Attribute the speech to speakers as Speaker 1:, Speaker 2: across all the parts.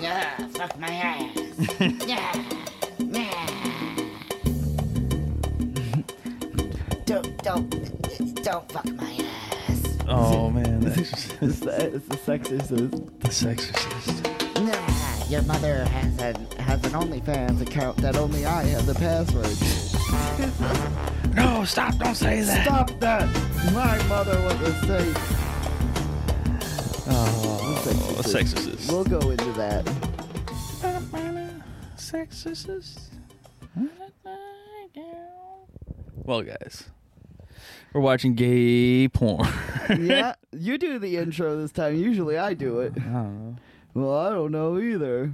Speaker 1: Yeah, fuck my ass. yeah, yeah. Don't, don't, don't fuck my ass.
Speaker 2: Oh man, that's
Speaker 3: It's the, it's the sex exorcist.
Speaker 2: the Sexorcist.
Speaker 1: Nah, your mother has an has an OnlyFans account that only I have the password. to.
Speaker 2: No, stop! Don't say that.
Speaker 3: Stop that! My mother was a saint.
Speaker 2: Oh,
Speaker 3: The Sexorcist.
Speaker 2: Sexorcist.
Speaker 3: We'll go into that.
Speaker 2: Sexorcist. Well, guys, we're watching gay porn.
Speaker 3: Yeah, you do the intro this time. Usually I do it.
Speaker 2: I don't know.
Speaker 3: Well, I don't know either.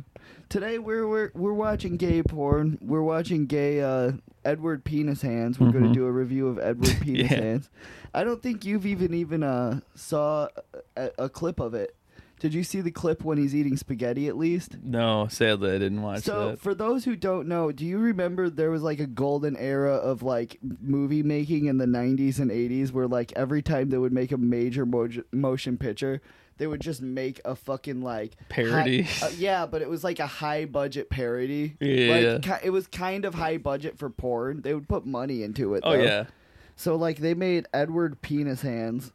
Speaker 3: Today we're we're we're watching gay porn. We're watching gay uh, Edward Penis Hands. We're going to
Speaker 2: Mhm.
Speaker 3: do a review of Edward Penis
Speaker 2: Yeah.
Speaker 3: Hands. I don't think you've even even uh saw a, a clip of it. Did you see the clip when he's eating spaghetti at least?
Speaker 2: No, sadly, I didn't watch
Speaker 3: so
Speaker 2: that.
Speaker 3: for those who don't know, do you remember there was like a golden era of like movie making in the 90s and 80s where like every time they would make a major moj motion picture, they would just make a fucking like
Speaker 2: Parody.
Speaker 3: high- uh, yeah, but it was like a high budget parody.
Speaker 2: Yeah.
Speaker 3: Like ki- it was kind of high budget for porn. They would put money into it.
Speaker 2: oh
Speaker 3: though.
Speaker 2: yeah.
Speaker 3: So like they made Edward penis hands.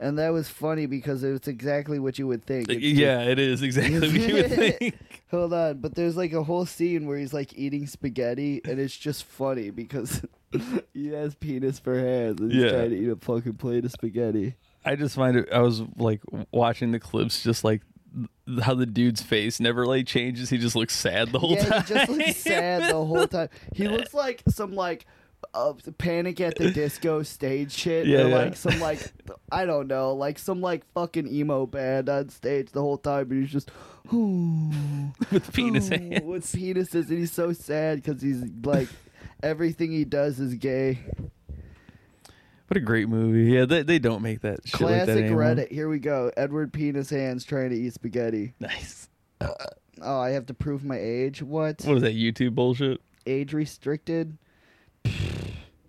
Speaker 3: And that was funny because it's exactly what you would think.
Speaker 2: Y-
Speaker 3: It's just-
Speaker 2: Uh, Yeah, it is exactly what you would think.
Speaker 3: Hold on, but there's like a whole scene where he's like eating spaghetti, and it's just funny because he has penis for hands and he's
Speaker 2: Yeah.
Speaker 3: trying to eat a fucking plate of spaghetti.
Speaker 2: I just find it. I was like watching the clips, just like th- how the dude's face never like changes. He just looks sad the whole
Speaker 3: yeah,
Speaker 2: time.
Speaker 3: he just looks sad the whole time. He looks like some like uh, panic at the disco stage shit,
Speaker 2: Yeah,
Speaker 3: or
Speaker 2: yeah.
Speaker 3: like some like I don't know, like some like fucking emo band on stage the whole time, and he's just.
Speaker 2: with penis
Speaker 3: Oh,
Speaker 2: hands.
Speaker 3: With penises, and he's so sad because he's like, everything he does is gay.
Speaker 2: What a great movie. Yeah, they, they don't make that shit like that
Speaker 3: Classic
Speaker 2: anymore.
Speaker 3: Reddit. Here we go. Edward penis hands trying to eat spaghetti.
Speaker 2: Nice.
Speaker 3: Oh, I have to prove my age. What?
Speaker 2: What is that YouTube bullshit?
Speaker 3: Age restricted?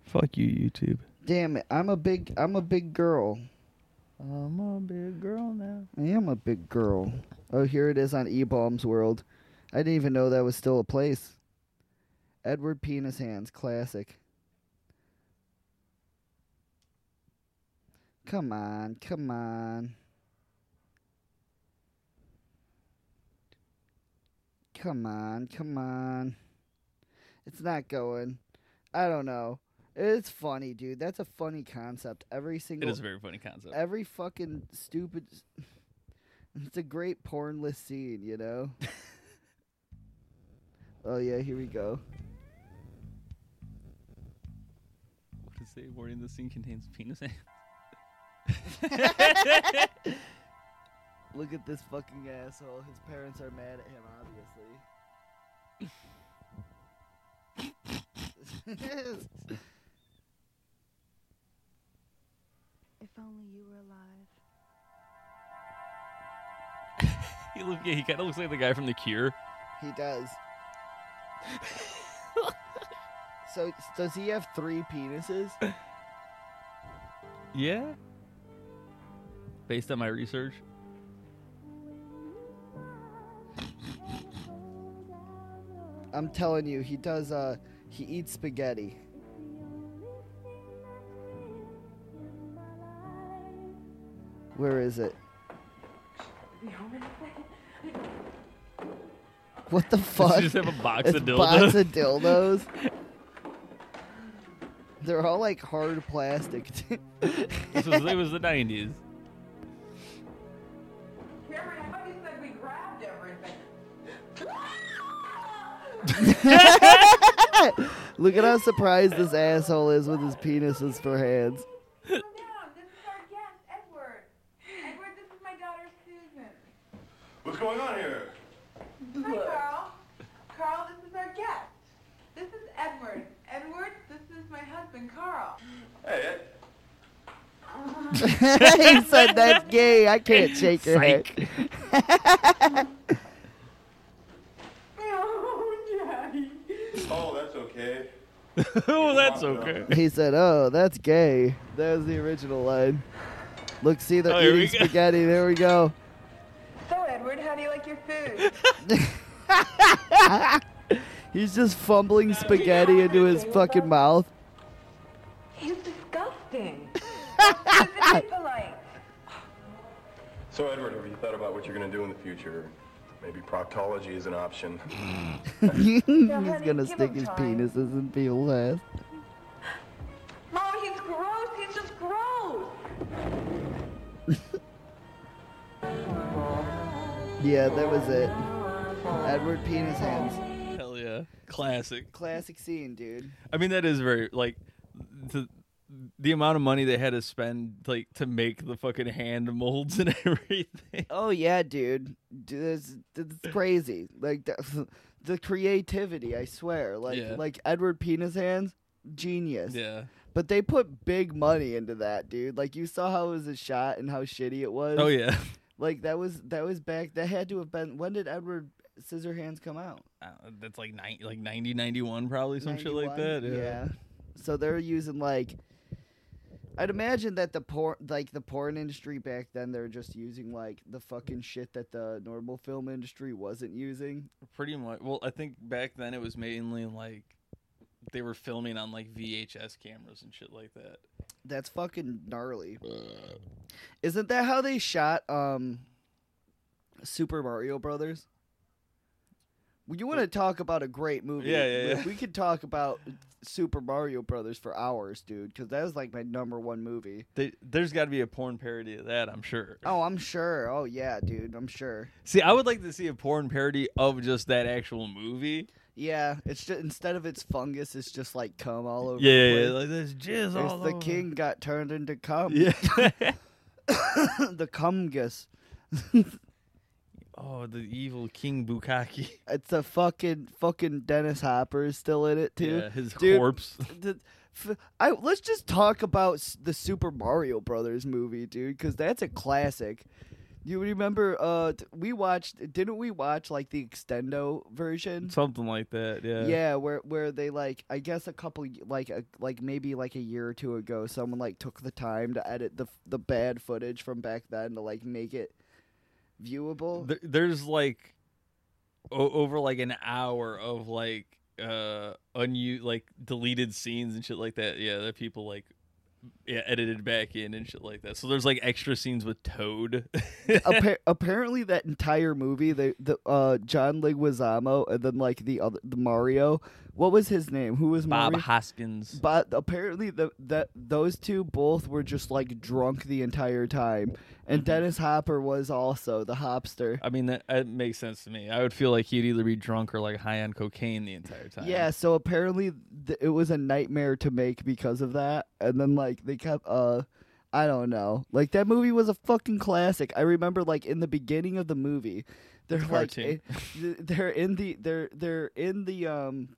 Speaker 2: Fuck you, YouTube.
Speaker 3: Damn it! I'm a big. I'm a big girl.
Speaker 2: I'm a big girl now.
Speaker 3: I am a big girl. Oh, here it is on E Bombs World. I didn't even know that was still a place. Edward Penis Hands, classic. Come on, come on. Come on, come on. It's not going. I don't know. It's funny, dude. That's a funny concept. Every
Speaker 2: It
Speaker 3: single
Speaker 2: is a very funny concept.
Speaker 3: every fucking stupid. It's a great pornless scene, you know. oh yeah, here we go.
Speaker 2: What does it say? Warning: This scene contains penis hands.
Speaker 3: Look at this fucking asshole. His parents are mad at him, obviously.
Speaker 4: If only you were alive.
Speaker 2: He look, yeah, he kind of looks like the guy from The Cure.
Speaker 3: he does. so does he have three penises?
Speaker 2: Yeah. Based on my research.
Speaker 3: I'm telling you, he does. Uh, he eats spaghetti. Where is it? What the
Speaker 2: Does
Speaker 3: fuck?
Speaker 2: he just have a box
Speaker 3: It's
Speaker 2: of dildos?
Speaker 3: box of dildos. They're all like hard plastic. too.
Speaker 2: this was, it was the 90s.
Speaker 5: Cameron, I thought you said we grabbed everything.
Speaker 3: Look at how surprised this asshole is with his penises for hands.
Speaker 5: Calm down. This is our guest, Edward. Edward, this is my daughter, Susan.
Speaker 6: What's going on here?
Speaker 5: Hi, Carl. Carl, this is our guest. This is Edward. Edward, this is my husband, Carl.
Speaker 6: Hey, Ed.
Speaker 3: he said that's gay. I can't shake your head.
Speaker 5: Oh, Daddy.
Speaker 6: Oh, that's okay.
Speaker 2: oh, that's okay.
Speaker 3: He said, "Oh, that's gay." That was the original line. Look, see the
Speaker 2: Oh, here we
Speaker 3: eating
Speaker 2: go.
Speaker 3: spaghetti. There we go.
Speaker 5: So, Edward, how do you like your food?
Speaker 3: He's just fumbling spaghetti into his fucking mouth.
Speaker 5: He's disgusting. What's the people like?
Speaker 6: So, Edward, have you thought about what you're going to do in the future? Maybe proctology is an option.
Speaker 3: He's
Speaker 5: honey,
Speaker 3: gonna
Speaker 5: give
Speaker 3: stick
Speaker 5: him
Speaker 3: his
Speaker 5: time.
Speaker 3: penises in people's ass.
Speaker 5: Mom, he's gross. He's just gross.
Speaker 3: Yeah, that was it. Edward penis hands.
Speaker 2: Hell yeah. Classic.
Speaker 3: Classic scene, dude.
Speaker 2: I mean, that is very like the the amount of money they had to spend like to make the fucking hand molds and everything.
Speaker 3: Oh yeah, dude. Dude, This it's crazy. Like the, the creativity, I swear. Like
Speaker 2: Yeah.
Speaker 3: like Edward Penis Hands, genius.
Speaker 2: Yeah.
Speaker 3: But they put big money into that, dude. Like you saw how it was a shot and how shitty it was.
Speaker 2: Oh yeah.
Speaker 3: Like that was that was back. That had to have been. When did Edward Scissorhands come out?
Speaker 2: Uh, that's like nine, like 90, 91 probably some shit like
Speaker 3: 91?
Speaker 2: that. Yeah.
Speaker 3: So they're using like I'd imagine that the porn like the porn industry back then they're just using like the fucking shit that the normal film industry wasn't using.
Speaker 2: Pretty much. Well, I think back then it was mainly like they were filming on like VHS cameras and shit like that.
Speaker 3: That's fucking gnarly. Isn't that how they shot um Super Mario Brothers? Well, you want to talk about a great movie?
Speaker 2: Yeah, yeah,
Speaker 3: we-
Speaker 2: yeah.
Speaker 3: We could talk about Super Mario Brothers for hours, dude, because that was like my number one movie.
Speaker 2: They, there's got to be a porn parody of that, I'm sure.
Speaker 3: Oh, I'm sure. Oh yeah, dude, I'm sure.
Speaker 2: See, I would like to see a porn parody of just that actual movie.
Speaker 3: Yeah, it's just instead of it's fungus, it's just like cum all over.
Speaker 2: Yeah,
Speaker 3: the
Speaker 2: yeah,
Speaker 3: place.
Speaker 2: like there's jizz
Speaker 3: There's
Speaker 2: all
Speaker 3: the
Speaker 2: over.
Speaker 3: king got turned into cum.
Speaker 2: Yeah.
Speaker 3: the cumgus.
Speaker 2: oh, the evil King Bukaki.
Speaker 3: It's a fucking fucking Dennis Hopper is still in it too.
Speaker 2: Yeah, his
Speaker 3: Dude,
Speaker 2: corpse.
Speaker 3: The, f- I, let's just talk about s- the Super Mario Brothers movie, dude, because that's a classic. You remember? Uh, t- we watched. Didn't we watch like the extendo version?
Speaker 2: Something like that, yeah.
Speaker 3: Yeah, where where they like I guess a couple y- like a, like maybe like a year or two ago, someone like took the time to edit the f- the bad footage from back then to like make it viewable.
Speaker 2: There, there's like o- over like an hour of like uh unused like deleted scenes and shit like that. Yeah, that people like yeah, edited back in and shit like that. So there's like extra scenes with Toad.
Speaker 3: Appa- apparently, that entire movie, the the uh, John Leguizamo and then like the other the Mario. What was his name? Who was
Speaker 2: Bob
Speaker 3: Mario?
Speaker 2: Hoskins.
Speaker 3: But apparently, the that those two both were just like drunk the entire time, and Dennis Hopper was also the hopster.
Speaker 2: I mean that, that makes sense to me. I would feel like he'd either be drunk or like high on cocaine the entire time.
Speaker 3: Yeah, so apparently th- it was a nightmare to make because of that. And then like they kept uh I don't know. Like that movie was a fucking classic. I remember like in the beginning of the movie, they're like
Speaker 2: cartoon.
Speaker 3: in- they're in the they're they're in the um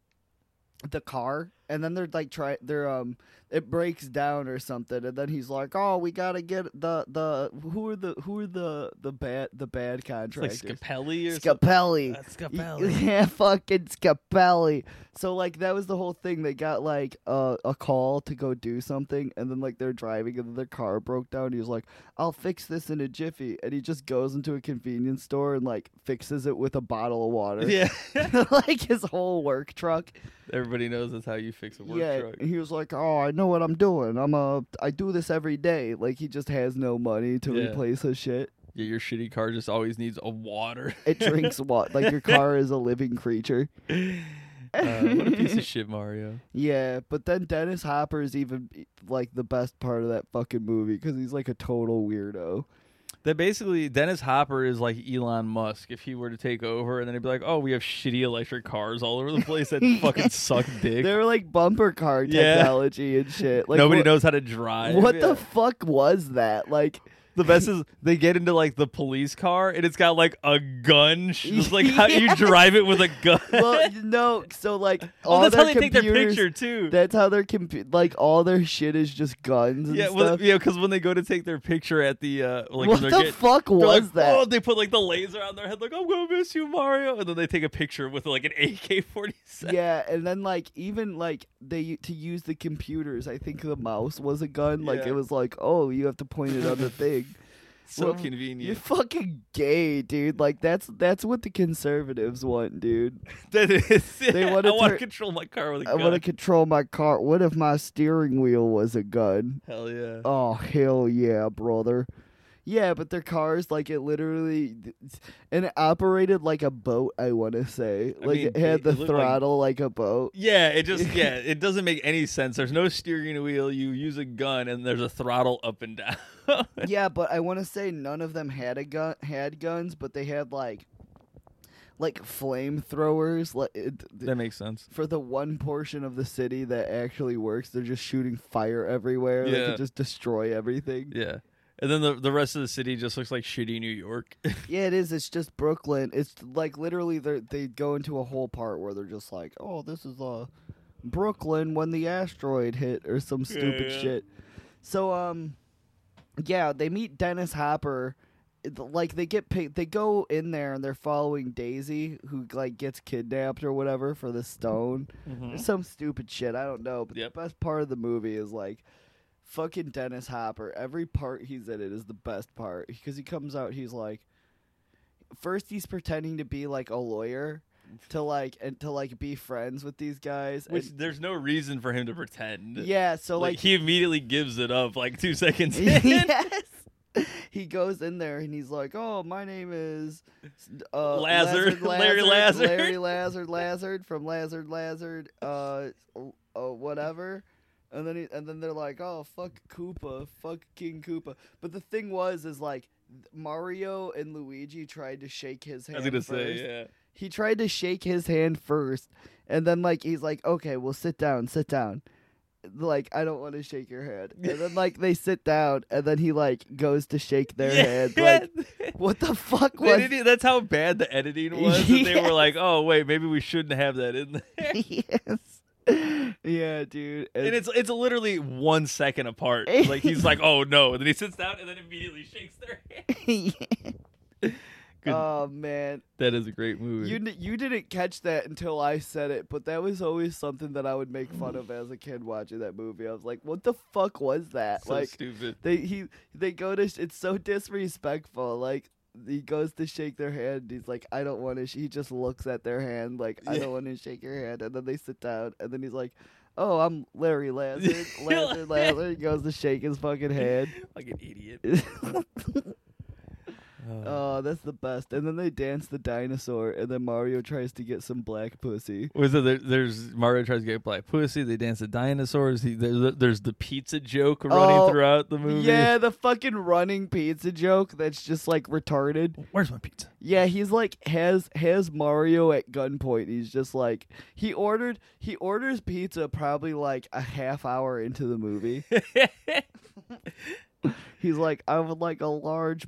Speaker 3: the car and then they're like try they're um it breaks down or something and then he's like oh we gotta get the the who are the who are the the bad the bad
Speaker 2: It's like
Speaker 3: contractors
Speaker 2: Scapelli or something.
Speaker 3: Scapelli
Speaker 2: Uh, Scapelli.
Speaker 3: yeah, fucking Scapelli. So like that was the whole thing. They got like a a call to go do something, and then like they're driving, and then their car broke down. He was like, "I'll fix this in a jiffy," and he just goes into a convenience store and like fixes it with a bottle of water.
Speaker 2: Yeah.
Speaker 3: like his whole work truck.
Speaker 2: Everybody knows that's how you fix a work
Speaker 3: yeah,
Speaker 2: truck.
Speaker 3: he was like, "Oh, I know what I'm doing. I'm a I do this every day." Like he just has no money to
Speaker 2: Yeah.
Speaker 3: replace his shit.
Speaker 2: Yeah, your shitty car just always needs a water.
Speaker 3: It drinks water. like your car is a living creature.
Speaker 2: Uh, what a piece of shit, Mario.
Speaker 3: Yeah, but then Dennis Hopper is even e, like the best part of that fucking movie because he's like a total weirdo.
Speaker 2: That basically Dennis Hopper is like Elon Musk if he were to take over, and then he'd be like, "Oh, we have shitty electric cars all over the place that fucking suck dick.
Speaker 3: They're like bumper car
Speaker 2: Yeah.
Speaker 3: technology and shit. Like
Speaker 2: Nobody
Speaker 3: what,
Speaker 2: knows how to drive."
Speaker 3: What
Speaker 2: Yeah.
Speaker 3: the fuck was that? Like
Speaker 2: the best is they get into like the police car and it's got like a gun. It's like how you drive it with a gun.
Speaker 3: well, no. So like all
Speaker 2: oh, that's how
Speaker 3: their
Speaker 2: they take
Speaker 3: computers,
Speaker 2: their picture too.
Speaker 3: That's how their compu- like all their shit is just guns and
Speaker 2: yeah,
Speaker 3: stuff.
Speaker 2: well, yeah, because when they go to take their picture at the uh, like when
Speaker 3: what the
Speaker 2: they're get-
Speaker 3: fuck
Speaker 2: they're
Speaker 3: was
Speaker 2: like,
Speaker 3: that?
Speaker 2: Oh, they put like the laser on their head, like I'm gonna miss you, Mario, and then they take a picture with like an AK-47.
Speaker 3: yeah, and then like even like they to use the computers, I think the mouse was a gun. Like
Speaker 2: Yeah.
Speaker 3: it was like, oh, you have to point it on the thing.
Speaker 2: so
Speaker 3: well, You're
Speaker 2: convenient.
Speaker 3: fucking gay, dude. Like that's that's what the conservatives want, dude.
Speaker 2: That is.
Speaker 3: They
Speaker 2: I want
Speaker 3: wanna
Speaker 2: to
Speaker 3: turn-
Speaker 2: control my car with a
Speaker 3: I
Speaker 2: gun.
Speaker 3: want to control my car. What if my steering wheel was a gun?
Speaker 2: Hell yeah.
Speaker 3: Oh hell yeah, brother. Yeah, but their cars like it literally and it operated like a boat, I want to say.
Speaker 2: I
Speaker 3: Like
Speaker 2: mean,
Speaker 3: it had
Speaker 2: it-
Speaker 3: the
Speaker 2: it looked like-
Speaker 3: throttle like... a boat.
Speaker 2: Yeah, it just yeah, it doesn't make any sense. There's no steering wheel. You use a gun, and there's a throttle up and down.
Speaker 3: yeah, but I want to say none of them had a gun had guns, but they had like like flamethrowers like it-
Speaker 2: that makes sense.
Speaker 3: for the one portion of the city that actually works, they're just shooting fire everywhere. They
Speaker 2: Yeah.
Speaker 3: could just destroy everything.
Speaker 2: Yeah, and then the the rest of the city just looks like shitty New York.
Speaker 3: Yeah, it is. It's just Brooklyn. It's like literally they they go into a whole part where they're just like, "Oh, this is uh Brooklyn when the asteroid hit or some stupid
Speaker 2: yeah.
Speaker 3: shit." So um yeah, they meet Dennis Hopper It- like they get picked, they go in there and they're following Daisy who like gets kidnapped or whatever for the stone. Or some stupid shit, I don't know, but
Speaker 2: Mm-hmm. Yep.
Speaker 3: the best part of the movie is like fucking Dennis Hopper. Every part he's in it is the best part because he comes out. He's like, first he's pretending to be like a lawyer to like and to like be friends with these guys.
Speaker 2: Which
Speaker 3: and-
Speaker 2: there's no reason for him to pretend.
Speaker 3: yeah, so
Speaker 2: like,
Speaker 3: like,
Speaker 2: he immediately gives it up like two seconds. in.
Speaker 3: yes. He goes in there and he's like, "Oh, my name is uh,
Speaker 2: Lazard, Larry
Speaker 3: Lazard,
Speaker 2: Lazard."
Speaker 3: Larry Lazard, Lazard from Lazard, Lazard, uh, uh, whatever." And then he, and then they're like, "Oh, fuck Koopa, fuck King Koopa." But the thing was, is like Mario and Luigi tried to shake his
Speaker 2: I
Speaker 3: hand.
Speaker 2: was gonna
Speaker 3: first.
Speaker 2: say yeah.
Speaker 3: He tried to shake his hand first, and then like he's like, "Okay, well, sit down, sit down." Like I don't want to shake your hand, and then like they sit down, and then he like goes to shake their hand. Like what the fuck
Speaker 2: They
Speaker 3: was?
Speaker 2: didn't- that's how bad the editing was. And they
Speaker 3: Yes.
Speaker 2: were like, "Oh wait, maybe we shouldn't have that in there."
Speaker 3: yes. Yeah, dude.
Speaker 2: And it's it's literally one second apart. Like he's like, "Oh no," and then he sits down and then immediately shakes their hand. Good-
Speaker 3: oh man,
Speaker 2: that is a great movie.
Speaker 3: you n- you didn't catch that until I said it, but that was always something that I would make
Speaker 2: Mm.
Speaker 3: fun of as a kid watching that movie. I was like, "What the fuck was that?"
Speaker 2: so
Speaker 3: like,
Speaker 2: stupid.
Speaker 3: They he they go to sh- it's so disrespectful. Like he goes to shake their hand. He's like, I don't want to. Sh-. He just looks at their hand like, I
Speaker 2: Yeah.
Speaker 3: don't want to shake your hand. And then they sit down, and then he's like, Oh, I'm Larry Lazard. Lazard, Lazard. He goes to shake his fucking hand.
Speaker 2: Like an idiot. Uh.
Speaker 3: oh, that's the best. And then they dance the dinosaur, and then Mario tries to get some black pussy.
Speaker 2: Was it there, there's Mario tries to get black pussy? They dance the dinosaurs. He, there, there's the pizza joke running
Speaker 3: Oh,
Speaker 2: throughout the movie.
Speaker 3: Yeah, the fucking running pizza joke that's just like retarded.
Speaker 2: Where's my pizza?
Speaker 3: Yeah, he's like has has Mario at gunpoint. He's just like he ordered he orders pizza probably like a half hour into the movie. he's like, I would like a large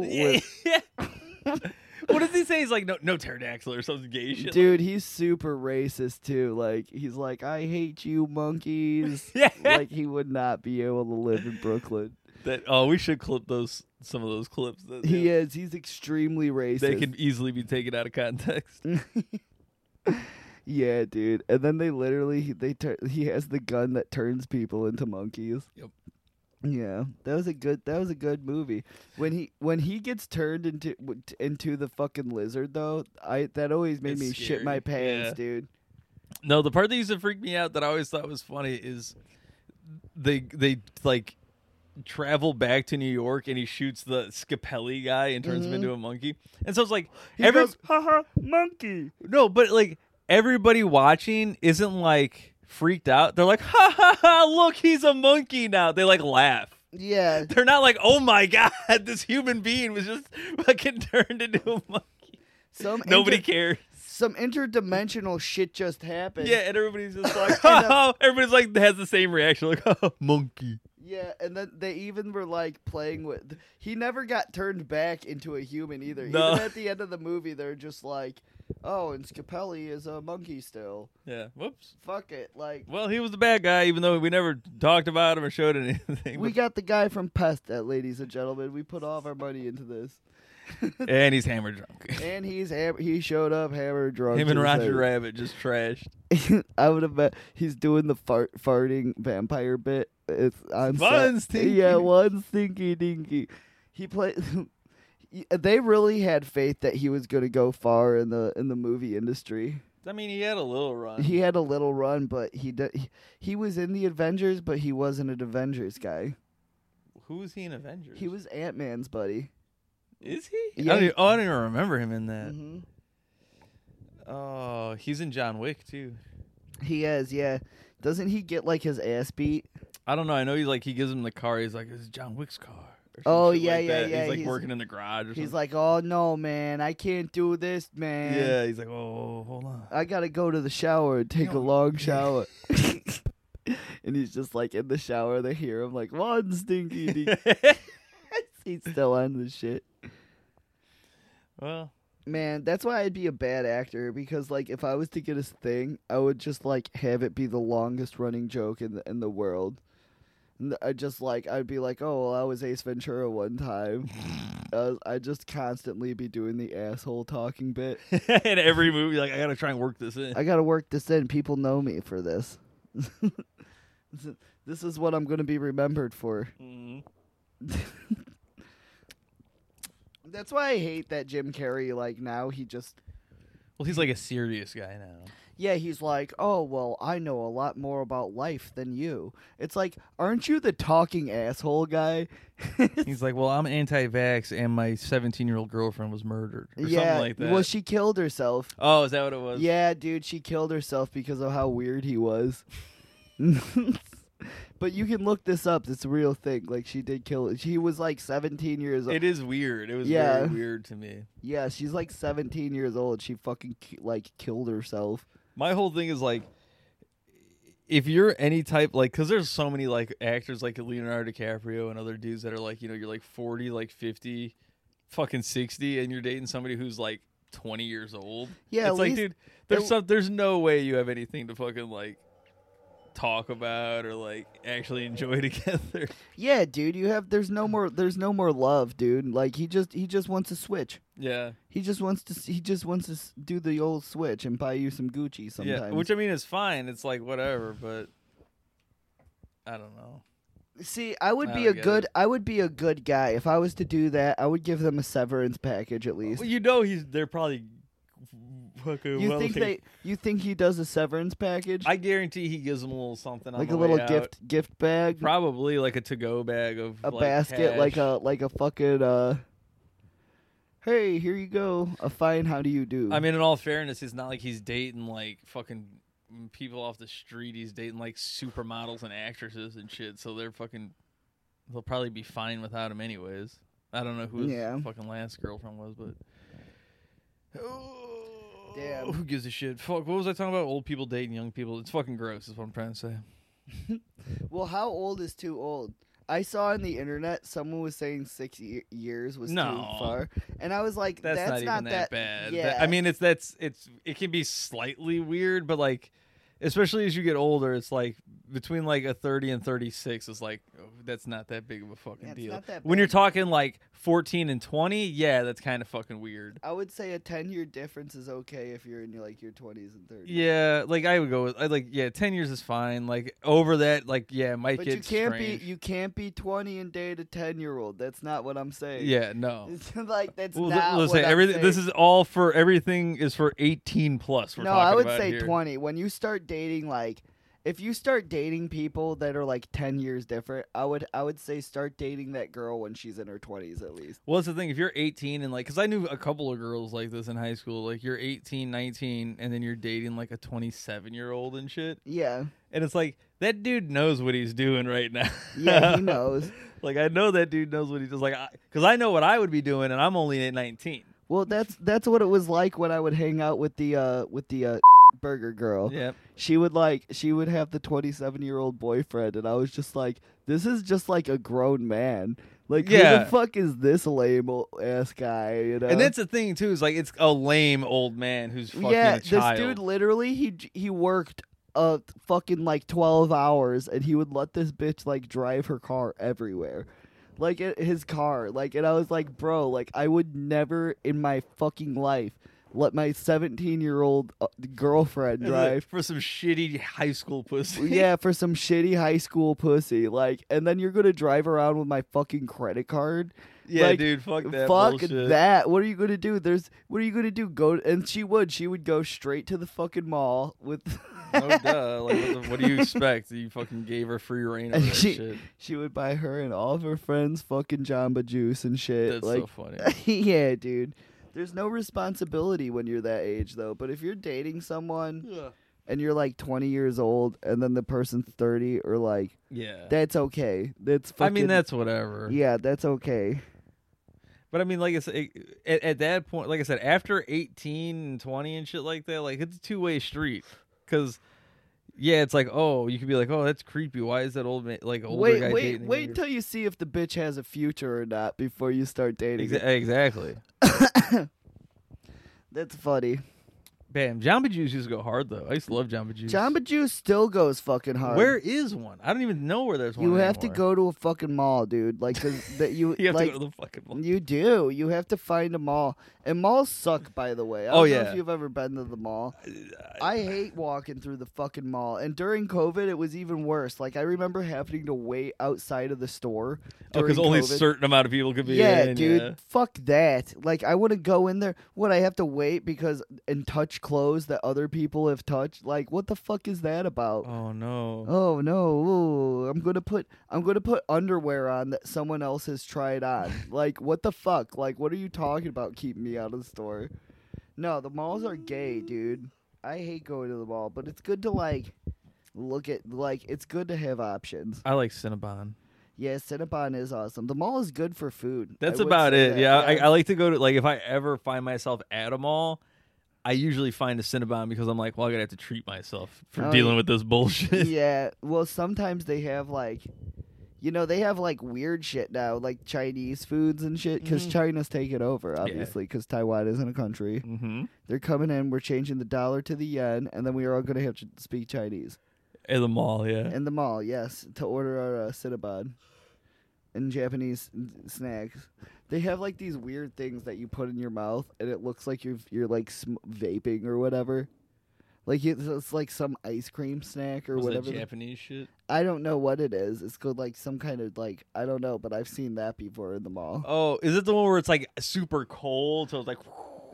Speaker 3: with
Speaker 2: what does he say? He's like, no, no pterodactyl or some gay shit.
Speaker 3: Dude, he's super racist too. Like he's like, I hate you monkeys.
Speaker 2: Yeah.
Speaker 3: Like he would not be able to live in Brooklyn.
Speaker 2: That oh, we should clip those some of those clips. That,
Speaker 3: He is. He's extremely racist.
Speaker 2: They can easily be taken out of context.
Speaker 3: Mm. Yeah, dude. And then they literally they tur- he has the gun that turns people into monkeys.
Speaker 2: Yep.
Speaker 3: Yeah, that was a good that was a good movie. When he when he gets turned into w- t- into the fucking lizard though, I that always made
Speaker 2: It's
Speaker 3: me shit
Speaker 2: scary.
Speaker 3: my pants,
Speaker 2: Yeah.
Speaker 3: dude.
Speaker 2: No, the part that used to freak me out that I always thought was funny is they they like travel back to New York and he shoots the Scapelli guy and turns him into a monkey. And so it's like
Speaker 3: Mm-hmm. He
Speaker 2: every
Speaker 3: goes, haha, monkey.
Speaker 2: no, but like everybody watching isn't like freaked out. They're like, ha ha ha! Look, he's a monkey now. They like laugh.
Speaker 3: Yeah,
Speaker 2: They're not like, oh my god, this human being was just fucking turned into a monkey.
Speaker 3: some
Speaker 2: Nobody
Speaker 3: inter-
Speaker 2: cares.
Speaker 3: some interdimensional shit just happened.
Speaker 2: Yeah, and everybody's just like,
Speaker 3: And,
Speaker 2: everybody's like has the same reaction, like, "Oh, monkey.
Speaker 3: Yeah, and then they even were like playing with. He never got turned back into a human either.
Speaker 2: No.
Speaker 3: Even at the end of the movie, they're just like, "Oh, and Scapelli is a monkey still.
Speaker 2: Yeah. Whoops.
Speaker 3: Fuck it." Like
Speaker 2: Well, he was the bad guy, even though we never talked about him or showed anything.
Speaker 3: we got the guy from Pest, that ladies and gentlemen. We put all of our money into this,
Speaker 2: and he's hammer drunk.
Speaker 3: and he's ham- he showed up hammered drunk.
Speaker 2: Him and
Speaker 3: to
Speaker 2: Roger
Speaker 3: the-
Speaker 2: Rabbit just trashed.
Speaker 3: I would have bet he's doing the fart farting vampire bit. It's on set.
Speaker 2: One stinky-
Speaker 3: Yeah, one stinky dinky. He played. they really had faith that he was going to go far in the in the movie industry.
Speaker 2: I mean, he had a little run.
Speaker 3: He had a little run, but he did, he, he was in the Avengers, but he wasn't an Avengers guy.
Speaker 2: Who was he in Avengers?
Speaker 3: He was Ant Man's buddy.
Speaker 2: Is he? I
Speaker 3: Yeah,
Speaker 2: don't
Speaker 3: he-
Speaker 2: even, oh, I don't even remember him in that.
Speaker 3: hmm Mm-hmm.
Speaker 2: Oh, he's in John Wick too.
Speaker 3: He is, yeah. Doesn't he get like his ass beat?
Speaker 2: I don't know. I know he like he gives him the car. He's like, "This is John Wick's car." or some
Speaker 3: Oh,
Speaker 2: shit
Speaker 3: yeah,
Speaker 2: like
Speaker 3: yeah,
Speaker 2: that.
Speaker 3: yeah,
Speaker 2: He's like
Speaker 3: he's-
Speaker 2: working in the garage. Or
Speaker 3: He's
Speaker 2: something.
Speaker 3: like, "Oh no, man, I can't do this, man."
Speaker 2: yeah. He's like, "Oh, hold on."
Speaker 3: I gotta go to the shower and take a
Speaker 2: No.
Speaker 3: long shower. and he's just like in the shower. They hear him like one stinky. dink." he's still on the shit.
Speaker 2: well,
Speaker 3: Man, that's why I'd be a bad actor because like if I was to get a thing, I would just like have it be the longest running joke in the in the world. And I just like I'd be like, oh, well, I was Ace Ventura one time. I was- I'd just constantly be doing the asshole talking bit.
Speaker 2: in every movie, like I gotta try and work this in.
Speaker 3: I gotta work this in. People know me for this. this is what I'm gonna be remembered for.
Speaker 2: Mhm.
Speaker 3: That's why I hate that Jim Carrey. Like now, he just
Speaker 2: Well, he's like a serious guy now.
Speaker 3: yeah, he's like, oh well, I know a lot more about life than you. It's like, aren't you the talking asshole guy?
Speaker 2: He's like, "Well, I'm anti-vax, and my 17-year-old girlfriend was murdered, or
Speaker 3: yeah,
Speaker 2: something like that."
Speaker 3: well, she killed herself.
Speaker 2: oh, is that what it was?
Speaker 3: Yeah, dude, she killed herself because of how weird he was. but you can look this up. It's a real thing. Like she did kill. She was like 17 years old.
Speaker 2: It is weird. It was
Speaker 3: Yeah.
Speaker 2: very weird to me.
Speaker 3: Yeah, she's like 17 years old. She fucking ki- like killed herself.
Speaker 2: my whole thing is like if you're any type like because there's so many like actors like leonardo dicaprio and other dudes that are like you know you're like 40 like 50 fucking 60 and you're dating somebody who's like 20 years old
Speaker 3: Yeah,
Speaker 2: it's
Speaker 3: at
Speaker 2: like
Speaker 3: least-
Speaker 2: dude there's
Speaker 3: at-
Speaker 2: some there's no way you have anything to fucking like talk about or like actually enjoy together
Speaker 3: Yeah, dude, you have there's no more there's no more love, dude. Like he just he just wants to switch.
Speaker 2: yeah
Speaker 3: He just wants to s- he just wants to s- do the old switch and buy you some Gucci sometimes.
Speaker 2: yeah which i mean is fine it's like whatever but i don't know
Speaker 3: See, I would
Speaker 2: I
Speaker 3: be
Speaker 2: don't
Speaker 3: a
Speaker 2: get
Speaker 3: good
Speaker 2: it.
Speaker 3: I would be a good guy if I was to do that. I would give them a severance package at least.
Speaker 2: well, you know he's they're probably fucking
Speaker 3: You
Speaker 2: well
Speaker 3: think
Speaker 2: taken
Speaker 3: they? You think he does a severance package?
Speaker 2: I guarantee he gives him a little something, on
Speaker 3: like
Speaker 2: the
Speaker 3: a
Speaker 2: way
Speaker 3: little
Speaker 2: out.
Speaker 3: gift gift bag,
Speaker 2: probably like a to-go bag of
Speaker 3: a
Speaker 2: like,
Speaker 3: basket,
Speaker 2: cash.
Speaker 3: like a like a fucking. uh Hey, here you go. A fine. How do you do?
Speaker 2: I mean, in all fairness, it's not like he's dating like fucking people off the street. He's dating like supermodels and actresses and shit. So they're fucking. They'll probably be fine without him, anyways. I don't know who his
Speaker 3: Yeah.
Speaker 2: fucking last girlfriend was, but.
Speaker 3: Damn.
Speaker 2: Who gives a shit? Fuck. What was I talking about? Old people dating young people. It's fucking gross. Is what I'm trying to say.
Speaker 3: well, how old is too old? I saw on the internet someone was saying six ye- years was
Speaker 2: No.
Speaker 3: too far, and I was like,
Speaker 2: that's, not, even that,
Speaker 3: that,
Speaker 2: bad.
Speaker 3: Yeah,
Speaker 2: That- I mean, it's that's it's it can be slightly weird, but like, especially as you get older, it's like between like a thirty and thirty six is like oh, that's not that big of a fucking
Speaker 3: Yeah, it's
Speaker 2: deal.
Speaker 3: not that
Speaker 2: When you're
Speaker 3: big.
Speaker 2: talking like fourteen and twenty, yeah, that's kind of fucking weird.
Speaker 3: I would say a ten year difference is okay if you're in like your twenties and thirties.
Speaker 2: Yeah, like I would go with I like yeah, ten years is fine. Like over that, like yeah, my
Speaker 3: But you
Speaker 2: kid's
Speaker 3: can't
Speaker 2: strange.
Speaker 3: be you can't be twenty and date a ten year old. That's not what I'm saying.
Speaker 2: yeah, no.
Speaker 3: It's like that's
Speaker 2: Oh. Well,
Speaker 3: not
Speaker 2: let's
Speaker 3: what
Speaker 2: say
Speaker 3: I'm
Speaker 2: everything. This
Speaker 3: saying.
Speaker 2: is all for everything is for eighteen plus. We're
Speaker 3: no.
Speaker 2: talking
Speaker 3: I would
Speaker 2: about
Speaker 3: say
Speaker 2: here.
Speaker 3: twenty. When you start dating, like if you start dating people that are like ten years different, I would I would say start dating that girl when she's in her twenties at least.
Speaker 2: Well, that's the thing. If you're 18 and like, because I knew a couple of girls like this in high school, like you're 18, 19, and then you're dating like a 27 year old and shit.
Speaker 3: Yeah,
Speaker 2: And it's like, that dude knows what he's doing right now.
Speaker 3: yeah, he knows.
Speaker 2: like, I know that dude knows what he does. Like, because I, know what I would be doing, and I'm only at 19.
Speaker 3: Well, that's that's what it was like when I would hang out with the uh with the uh Burger Girl.
Speaker 2: Yep.
Speaker 3: She would like she would have the 27-year-old boyfriend and I was just like this is just like a grown man. Like who
Speaker 2: Yeah.
Speaker 3: the fuck is this lame old ass guy, you know?
Speaker 2: And that's the thing too is like it's a lame old man who's fucking
Speaker 3: yeah,
Speaker 2: a child.
Speaker 3: this dude literally he he worked uh fucking like 12 hours and he would let this bitch like drive her car everywhere. Like i- his car. Like and I was like, "Bro, like I would never in my fucking life let my 17-year-old uh, girlfriend
Speaker 2: It's like,
Speaker 3: drive
Speaker 2: for some shitty high school pussy.
Speaker 3: yeah, for some shitty high school pussy. Like, and then you're gonna drive around with my fucking credit card.
Speaker 2: yeah,
Speaker 3: like,
Speaker 2: dude. Fuck that.
Speaker 3: Fuck
Speaker 2: bullshit.
Speaker 3: that. What are you gonna do? There's what are you gonna do? Go and she would. She would go straight to the fucking mall with.
Speaker 2: No Oh, duh. Like, what, the, what do you expect? You fucking gave her free reign over that
Speaker 3: She-
Speaker 2: shit.
Speaker 3: she would buy her and all of her friends fucking Jamba Juice and shit.
Speaker 2: That's
Speaker 3: like,
Speaker 2: so funny.
Speaker 3: yeah, dude. There's no responsibility when you're that age though. But if you're dating someone and you're like 20 years old and then the person's 30 or like
Speaker 2: Yeah.
Speaker 3: that's okay. That's
Speaker 2: I
Speaker 3: fucking-
Speaker 2: mean, that's whatever.
Speaker 3: Yeah, that's okay.
Speaker 2: But I mean, like I said, at, at that point, like I said, after 18 and 20 and shit like that, like it's a two way street. Cause, yeah, it's like, oh, you could be like, oh, that's creepy. Why is that old man, like older
Speaker 3: Wait,
Speaker 2: guy
Speaker 3: wait,
Speaker 2: dating
Speaker 3: wait
Speaker 2: you?
Speaker 3: till you see if the bitch has a future or not before you start dating.
Speaker 2: Exa- exactly.
Speaker 3: That's funny.
Speaker 2: Bam. Jamba Juice used to go hard though. I used to love Jamba Juice.
Speaker 3: Jamba Juice still goes fucking hard.
Speaker 2: Where is one? I don't even know where there's one.
Speaker 3: you have to
Speaker 2: anymore.
Speaker 3: go to a fucking mall, dude. Like 'cause that you,
Speaker 2: You have
Speaker 3: like
Speaker 2: to go to the fucking. mall.
Speaker 3: you do. You have to find a mall, and malls suck. By the way, I don't
Speaker 2: Oh,
Speaker 3: know
Speaker 2: yeah.
Speaker 3: if you've ever been to the mall. I hate walking through the fucking mall, and during COVID, it was even worse. Like I remember having to wait outside of the store.
Speaker 2: Oh, because
Speaker 3: during
Speaker 2: only a
Speaker 3: COVID.
Speaker 2: certain amount of people could be
Speaker 3: yeah,
Speaker 2: in.
Speaker 3: dude.
Speaker 2: yeah.
Speaker 3: Fuck that. Like, I want to go in there. What I have to wait because and touch clothes that other people have touched. Like, what the fuck is that about?
Speaker 2: Oh no.
Speaker 3: Oh no! Ooh, I'm gonna put I'm gonna put underwear on that someone else has tried on. like, what the fuck? Like, what are you talking about? Keeping me out of the store? No, the malls are gay, dude. I hate going to the mall, but it's good to like look at like it's good to have options.
Speaker 2: I like Cinnabon.
Speaker 3: Yeah, Cinnabon is awesome. The mall is good for food.
Speaker 2: That's
Speaker 3: I would
Speaker 2: about
Speaker 3: say
Speaker 2: it.
Speaker 3: that.
Speaker 2: Yeah, I, I like to go to like if I ever find myself at a mall, I usually find a Cinnabon because I'm like, well, I'm gonna have to treat myself for
Speaker 3: Oh,
Speaker 2: dealing
Speaker 3: yeah.
Speaker 2: with this bullshit.
Speaker 3: yeah. Well, sometimes they have like, you know, they have like weird shit now, like Chinese foods and shit, because China's taking over, obviously, because Taiwan isn't a country.
Speaker 2: hmm
Speaker 3: They're coming in. We're changing the dollar to the yen, and then we are all going to have to speak Chinese
Speaker 2: At the mall, yeah.
Speaker 3: in the mall. Yes, to order our uh, cinnabon and Japanese n- snacks. They have like these weird things that you put in your mouth, and it looks like you're you're like sm- vaping or whatever. Like it's, it's like some ice cream snack or
Speaker 2: Was
Speaker 3: whatever.
Speaker 2: that Japanese shit?
Speaker 3: I don't know what it is. It's called like some kind of like I don't know, but I've seen that before in the mall.
Speaker 2: Oh, is it the one where it's like super cold? So it's like.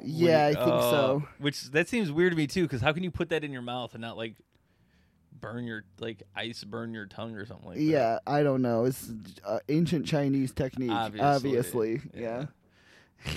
Speaker 3: Yeah, I
Speaker 2: when-
Speaker 3: think
Speaker 2: uh,
Speaker 3: so.
Speaker 2: Which that seems weird to me too, because how can you put that in your mouth and not like burn your like ice burn your tongue or something like that?
Speaker 3: yeah, I don't know. It's uh, ancient Chinese technique,
Speaker 2: Obviously,
Speaker 3: obviously.
Speaker 2: yeah.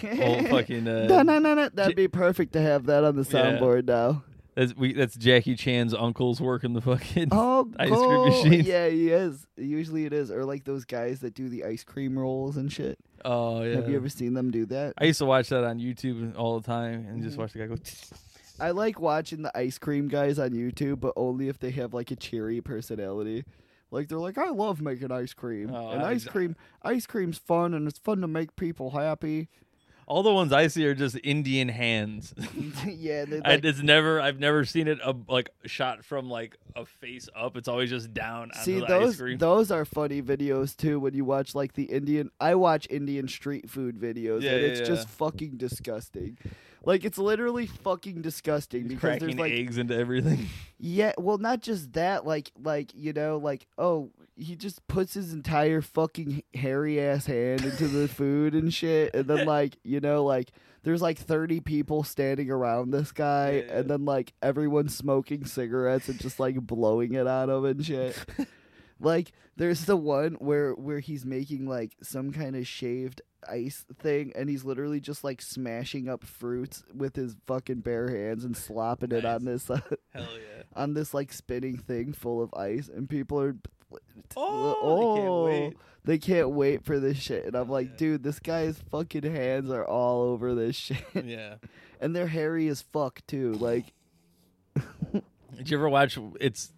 Speaker 3: Yeah.
Speaker 2: Old fucking. Uh,
Speaker 3: No, no, no, no. That'd be perfect to have that on the
Speaker 2: Yeah.
Speaker 3: soundboard now.
Speaker 2: That's we. That's Jackie Chan's uncle's working the fucking
Speaker 3: Oh,
Speaker 2: ice
Speaker 3: cool.
Speaker 2: cream machine.
Speaker 3: Yeah, he is. Usually it is. Or like those guys that do the ice cream rolls and shit.
Speaker 2: Oh yeah.
Speaker 3: Have you ever seen them do that?
Speaker 2: I used to watch that on YouTube all the time and
Speaker 3: Mm-hmm.
Speaker 2: just watch the guy go.
Speaker 3: I like watching the ice cream guys on YouTube, but only if they have like a cheery personality. Like they're like, I love making ice cream,
Speaker 2: Oh,
Speaker 3: and
Speaker 2: I-
Speaker 3: ice cream, ice cream's fun, and it's fun to make people happy.
Speaker 2: All the ones I see are just Indian hands.
Speaker 3: yeah, they
Speaker 2: I,
Speaker 3: like,
Speaker 2: it's never. I've never seen it uh, like shot from like a face up. It's always just down. onto
Speaker 3: see
Speaker 2: the ice
Speaker 3: those
Speaker 2: cream.
Speaker 3: those are funny videos too. When you watch like the Indian, I watch Indian street food videos,
Speaker 2: Yeah,
Speaker 3: and
Speaker 2: yeah,
Speaker 3: it's just
Speaker 2: yeah.
Speaker 3: fucking disgusting. Like it's literally fucking disgusting because there's
Speaker 2: cracking
Speaker 3: like
Speaker 2: eggs into everything.
Speaker 3: Yeah, well, not just that. Like, like you know, like oh, he just puts his entire fucking hairy ass hand into the food and shit, and then like you know, like there's like thirty people standing around this guy,
Speaker 2: Yeah, yeah.
Speaker 3: and then like everyone's smoking cigarettes and just like blowing it out of and shit. like there's the one where where he's making like some kind of shaved ice thing and he's literally just like smashing up fruits with his fucking bare hands and slopping it
Speaker 2: Nice.
Speaker 3: on this uh,
Speaker 2: Hell yeah!
Speaker 3: on this like spinning thing full of ice, and people are. uh,
Speaker 2: Oh, I can't wait.
Speaker 3: they can't wait for this shit, and I'm like,
Speaker 2: yeah.
Speaker 3: dude, this guy's fucking hands are all over this shit,
Speaker 2: Yeah,
Speaker 3: and they're hairy as fuck too. Like,
Speaker 2: Did you ever watch? It's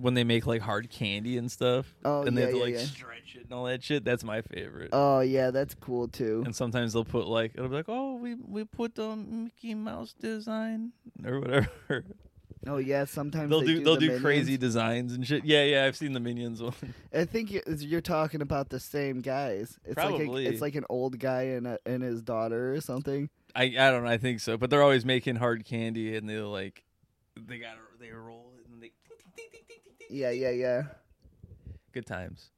Speaker 2: when they make like hard candy and stuff.
Speaker 3: Oh,
Speaker 2: and they
Speaker 3: yeah,
Speaker 2: have to
Speaker 3: yeah,
Speaker 2: like
Speaker 3: yeah.
Speaker 2: stretch it and all that shit. That's my favorite.
Speaker 3: Oh yeah, that's cool too.
Speaker 2: and sometimes they'll put like it'll be like, oh, we we put the Mickey Mouse design or whatever.
Speaker 3: Oh yeah, sometimes
Speaker 2: they'll
Speaker 3: they
Speaker 2: do, they'll
Speaker 3: the
Speaker 2: do
Speaker 3: minions.
Speaker 2: crazy designs and shit. Yeah, yeah, I've seen the Minions one.
Speaker 3: I think you- you're talking about the same guys. It's
Speaker 2: Probably.
Speaker 3: like a, it's like an old guy and a, and his daughter or something.
Speaker 2: I I don't know. I think so, but they're always making hard candy and they like they got they roll it and they
Speaker 3: Yeah, yeah, yeah.
Speaker 2: good times.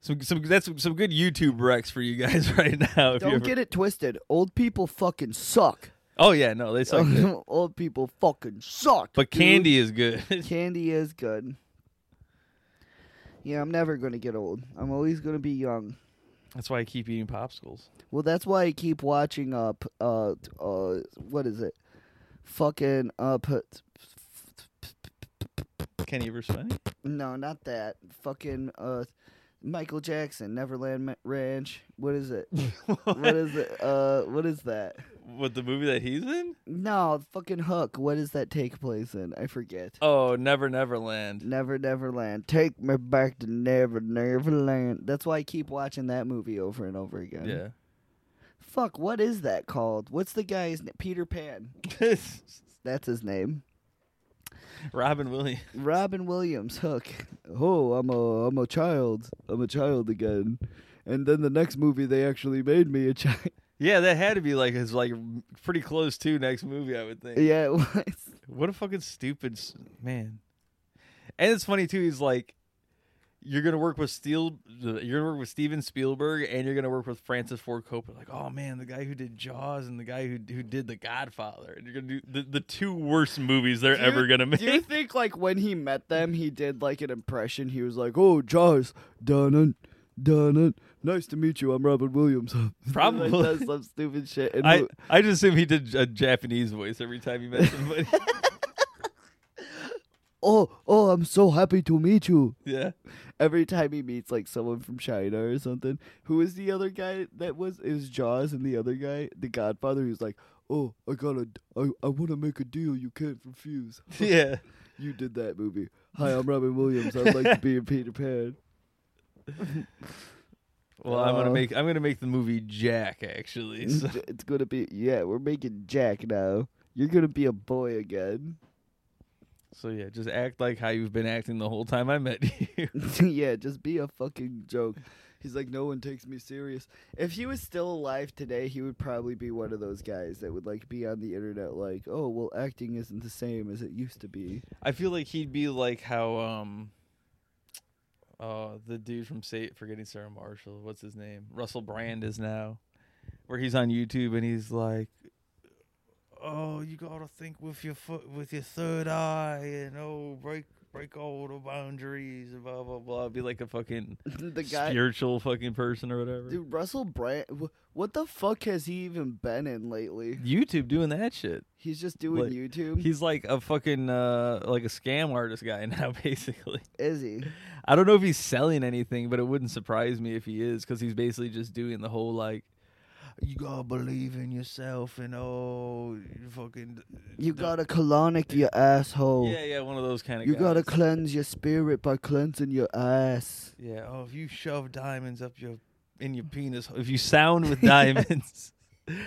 Speaker 2: Some some that's some good YouTube recs for you guys right now. If you
Speaker 3: Don't
Speaker 2: ever-
Speaker 3: get it twisted. Old people fucking suck.
Speaker 2: Oh yeah, no, they suck. dick.
Speaker 3: old people fucking suck.
Speaker 2: But
Speaker 3: dude.
Speaker 2: candy is good.
Speaker 3: candy is good. Yeah, I'm never gonna get old. I'm always gonna be young.
Speaker 2: That's why I keep eating popsicles.
Speaker 3: Well, that's why I keep watching up. Uh, t- uh, what is it? Fucking uh, put
Speaker 2: Kenny Versmoney.
Speaker 3: no, not that. Fucking uh, Michael Jackson, Neverland Ma- Ranch. What is it? what is it? Uh, what is that?
Speaker 2: What the movie that he's in?
Speaker 3: No, fucking Hook. What does that take place in? I forget.
Speaker 2: Oh, Never Neverland.
Speaker 3: Never Neverland. Take me back to Never Neverland. That's why I keep watching that movie over and over again.
Speaker 2: Yeah.
Speaker 3: Fuck, what is that called? What's the guy's name? Peter Pan. That's his name.
Speaker 2: Robin Williams.
Speaker 3: Robin Williams. Hook. Oh, I'm a I'm a child. I'm a child again. And then the next movie they actually made me a child.
Speaker 2: Yeah, that had to be like his like pretty close to next movie, I would think.
Speaker 3: yeah, it was.
Speaker 2: What a fucking stupid s- man. And it's funny too. He's like, you're gonna work with Steel, you're gonna work with Steven Spielberg, and you're gonna work with Francis Ford Coppola. Like, oh man, the guy who did Jaws and the guy who who did The Godfather, and you're gonna do the, the two worst movies they're
Speaker 3: Do you-
Speaker 2: ever gonna make.
Speaker 3: Do you think like when he met them, he did like an impression? He was like, "Oh, Jaws, dun dun, nice to meet you. I'm Robin Williams." Like,
Speaker 2: Probably.
Speaker 3: does some stupid shit. And
Speaker 2: I
Speaker 3: who-
Speaker 2: I just assume he did a Japanese voice every time he met somebody.
Speaker 3: oh, oh, I'm so happy to meet you.
Speaker 2: yeah,
Speaker 3: Every time he meets like someone from China or something, who is the other guy that was? It was Jaws and the other guy, the Godfather. He's like, "Oh, I gotta, I, I want to make a deal you can't refuse."
Speaker 2: yeah.
Speaker 3: You did that movie. Hi, I'm Robin Williams. I'd like to be in Peter Pan.
Speaker 2: Well, I'm
Speaker 3: Uh,
Speaker 2: gonna make I'm gonna make the movie Jack actually. So.
Speaker 3: J- It's gonna be yeah. We're making Jack now. You're gonna be a boy again.
Speaker 2: So yeah, just act like how you've been acting the whole time I met you.
Speaker 3: yeah, just be a fucking joke. He's like, no one takes me serious. If he was still alive today, he would probably be one of those guys that would like be on the internet, like, oh well, acting isn't the same as it used to be.
Speaker 2: I feel like he'd be like how um uh the dude from Sa- forgetting Sarah Marshall, what's his name? Russell Brand is now. Where he's on YouTube and he's like Oh, you gotta think with your foot with your third eye and oh break break all the boundaries and blah blah blah. Be like a fucking
Speaker 3: the guy,
Speaker 2: spiritual fucking person or whatever.
Speaker 3: dude, Russell Brand. wh- What the fuck has he even been in lately?
Speaker 2: YouTube doing that shit.
Speaker 3: He's just doing
Speaker 2: Like,
Speaker 3: YouTube.
Speaker 2: He's like a fucking uh like a scam artist guy now, basically.
Speaker 3: Is he?
Speaker 2: I don't know if he's selling anything, but it wouldn't surprise me if he is, because he's basically just doing the whole like, you gotta believe in yourself and oh, you fucking
Speaker 3: You gotta colonic your asshole.
Speaker 2: yeah, yeah, one of those kind of
Speaker 3: You gotta cleanse your spirit by cleansing your ass.
Speaker 2: yeah. Oh, if you shove diamonds up your in your penis, if you sound with diamonds,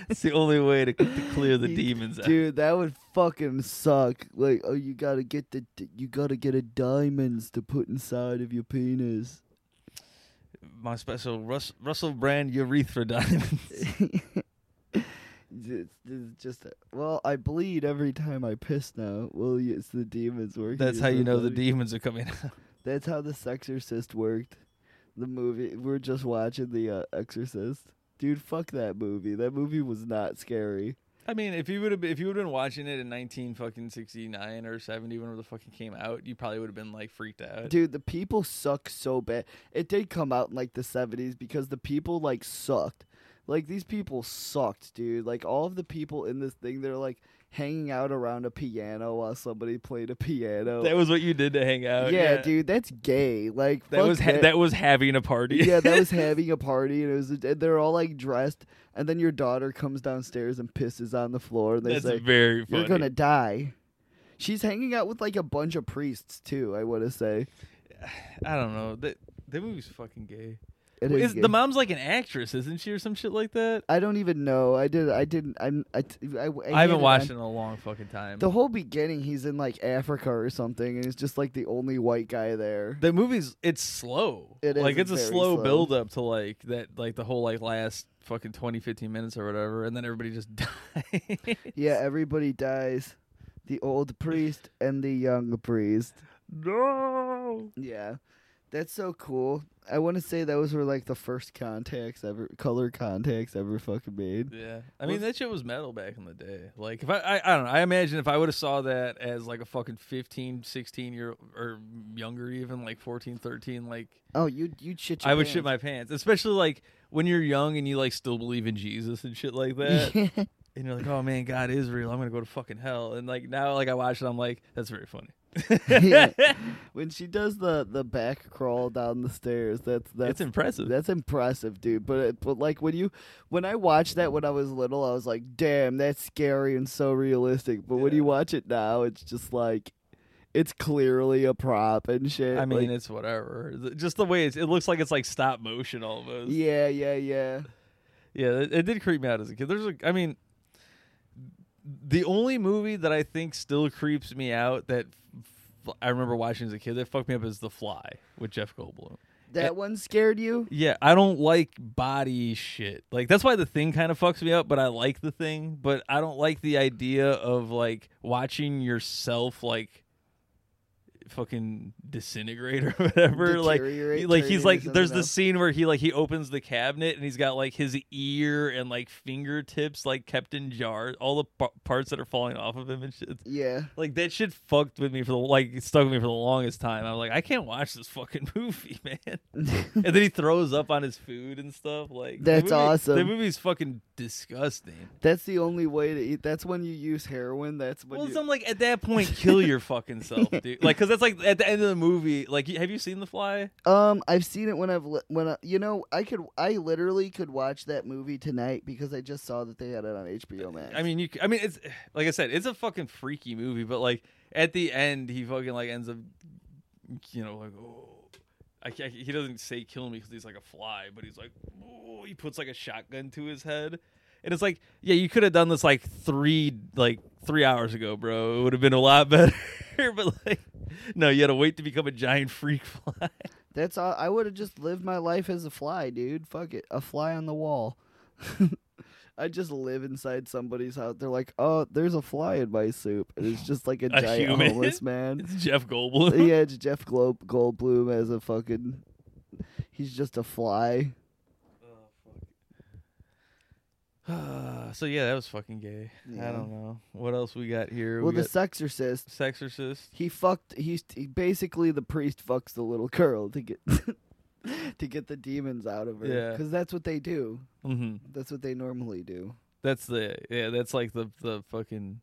Speaker 2: it's the only way to, to clear the
Speaker 3: You-
Speaker 2: demons out.
Speaker 3: Dude, that would fucking suck. Like, oh, you gotta get the, d- you gotta get a diamonds to put inside of your penis.
Speaker 2: My special Rus- Russell Brand urethra diamonds.
Speaker 3: It's, it's just, well, I bleed every time I piss now. Well, y- it's the demons working.
Speaker 2: That's
Speaker 3: It's
Speaker 2: how
Speaker 3: so
Speaker 2: you know the
Speaker 3: funny.
Speaker 2: demons are coming out.
Speaker 3: That's how the Sexorcist worked. The movie we're just watching the uh, Exorcist. Dude, fuck that movie. That movie was not scary.
Speaker 2: I mean, if you would have if you would have been watching it in nineteen fucking sixty nine or seventy, whenever the fucking came out, you probably would have been like freaked out.
Speaker 3: Dude, the people suck so bad. It did come out in like the 70s because the people like sucked. Like these people sucked, dude. Like all of the people in this thing, they're like hanging out around a piano while somebody played a piano.
Speaker 2: That was what you did to hang out.
Speaker 3: yeah, dude, that's gay. Like
Speaker 2: uh, That
Speaker 3: fuck
Speaker 2: was ha- that. was having a party.
Speaker 3: yeah, that was having a party, and it was. And they're all like dressed, and then your daughter comes downstairs and pisses on the floor, and they
Speaker 2: that's
Speaker 3: say,
Speaker 2: very funny.
Speaker 3: "You're gonna die. She's hanging out with like a bunch of priests too. I want to say
Speaker 2: I don't know. That that movie's fucking gay.
Speaker 3: It
Speaker 2: Well,
Speaker 3: is
Speaker 2: is-
Speaker 3: gay.
Speaker 2: The mom's like an actress, isn't she, or some shit like that?
Speaker 3: I don't even know. I did. I didn't. I'm. I. t- I,
Speaker 2: I, haven't watched it in a long fucking time.
Speaker 3: The whole beginning, he's in like Africa or something, and he's just like the only white guy there.
Speaker 2: the movie's it's slow.
Speaker 3: It is,
Speaker 2: like
Speaker 3: it's
Speaker 2: it's a
Speaker 3: very
Speaker 2: slow,
Speaker 3: slow.
Speaker 2: build up to like that like the whole like last fucking 20 15 minutes or whatever and then everybody just dies.
Speaker 3: Yeah, everybody dies. The old priest and the young priest.
Speaker 2: no.
Speaker 3: Yeah, that's so cool. I want to say those were like the first contacts ever, color contacts ever fucking made.
Speaker 2: Yeah. I mean that shit was metal back in the day. Like if I I, I don't know, I imagine if I would have saw that as like a fucking 15 16 year or younger even like 14 13 like
Speaker 3: Oh, you you shit. Your
Speaker 2: I would
Speaker 3: pants.
Speaker 2: shit my pants, especially like when you're young and you like still believe in Jesus and shit like that. and you're like, oh man, God is real. I'm gonna go to fucking hell. And like now, like I watch it, I'm like, that's very funny.
Speaker 3: Yeah. when she does the the back crawl down the stairs. That's that's
Speaker 2: it's impressive.
Speaker 3: That's impressive, dude. But it, but like when you when I watched that when I was little, I was like, "Damn, that's scary and so realistic." But when you watch it now, it's just like it's clearly a prop and shit.
Speaker 2: I mean,
Speaker 3: Like,
Speaker 2: it's whatever. Th- Just the way it's, it looks like it's like stop motion almost. Yeah,
Speaker 3: yeah, yeah, yeah.
Speaker 2: Eh. it, it did creep me out as a kid. There's a, I mean, the only movie that I think still creeps me out that f- I remember watching as a kid that fucked me up is The Fly with Jeff Goldblum.
Speaker 3: That one scared you?
Speaker 2: Yeah, I don't like body shit. Like that's why the thing kind of fucks me up, but I like the thing, but I don't like the idea of like watching yourself like fucking disintegrate or whatever like
Speaker 3: Deteriorate,
Speaker 2: like
Speaker 3: turn
Speaker 2: he's
Speaker 3: into
Speaker 2: like there's
Speaker 3: something
Speaker 2: this
Speaker 3: else.
Speaker 2: scene where he like he opens the cabinet and he's got like his ear and like fingertips like kept in jars all the par- parts that are falling off of him and shit
Speaker 3: Yeah.
Speaker 2: like that shit fucked with me for the like it stuck with me for the longest time. I was like, I can't watch this fucking movie, man. and then he throws up on his food and stuff. Like the
Speaker 3: That's
Speaker 2: movie-
Speaker 3: awesome.
Speaker 2: The movie's fucking disgusting.
Speaker 3: That's the only way to eat. That's when you use heroin. That's when
Speaker 2: well,
Speaker 3: you
Speaker 2: so I'm like, at that point, kill your fucking self, dude. Like, because that's like at the end of the movie. Like, you- have you seen The Fly?
Speaker 3: Um, I've seen it when I've li- when I, you know I could I literally could watch that movie tonight because I just saw that they had it on HBO Max.
Speaker 2: I mean, you. c- I mean, it's like I said, it's a fucking freaky movie. But like at the end, he fucking like ends up, you know, like oh. I can't, he doesn't say kill me because he's like a fly, but he's like, oh, he puts like a shotgun to his head, and it's like, yeah, you could have done this like three, like three hours ago, bro. It would have been a lot better. but like, no, you had to wait to become a giant freak fly.
Speaker 3: That's all. I would have just lived my life as a fly, dude. Fuck it, a fly on the wall. I just live inside somebody's house. They're like, oh, there's a fly in my soup, and it's just like a,
Speaker 2: A
Speaker 3: giant
Speaker 2: human?
Speaker 3: homeless man.
Speaker 2: It's Jeff Goldblum.
Speaker 3: yeah, it's Jeff Glo- Goldblum as a fucking. He's just a fly.
Speaker 2: so yeah, that was fucking gay.
Speaker 3: Yeah.
Speaker 2: I don't know what else we got here.
Speaker 3: Well,
Speaker 2: we
Speaker 3: the
Speaker 2: got-
Speaker 3: sexorcist.
Speaker 2: Sexorcist.
Speaker 3: he fucked he's he basically the priest fucks the little girl to get to get the demons out of her
Speaker 2: Yeah.
Speaker 3: cuz that's what they do
Speaker 2: Mm-hmm.
Speaker 3: that's what they normally do
Speaker 2: That's the yeah. That's like the the fucking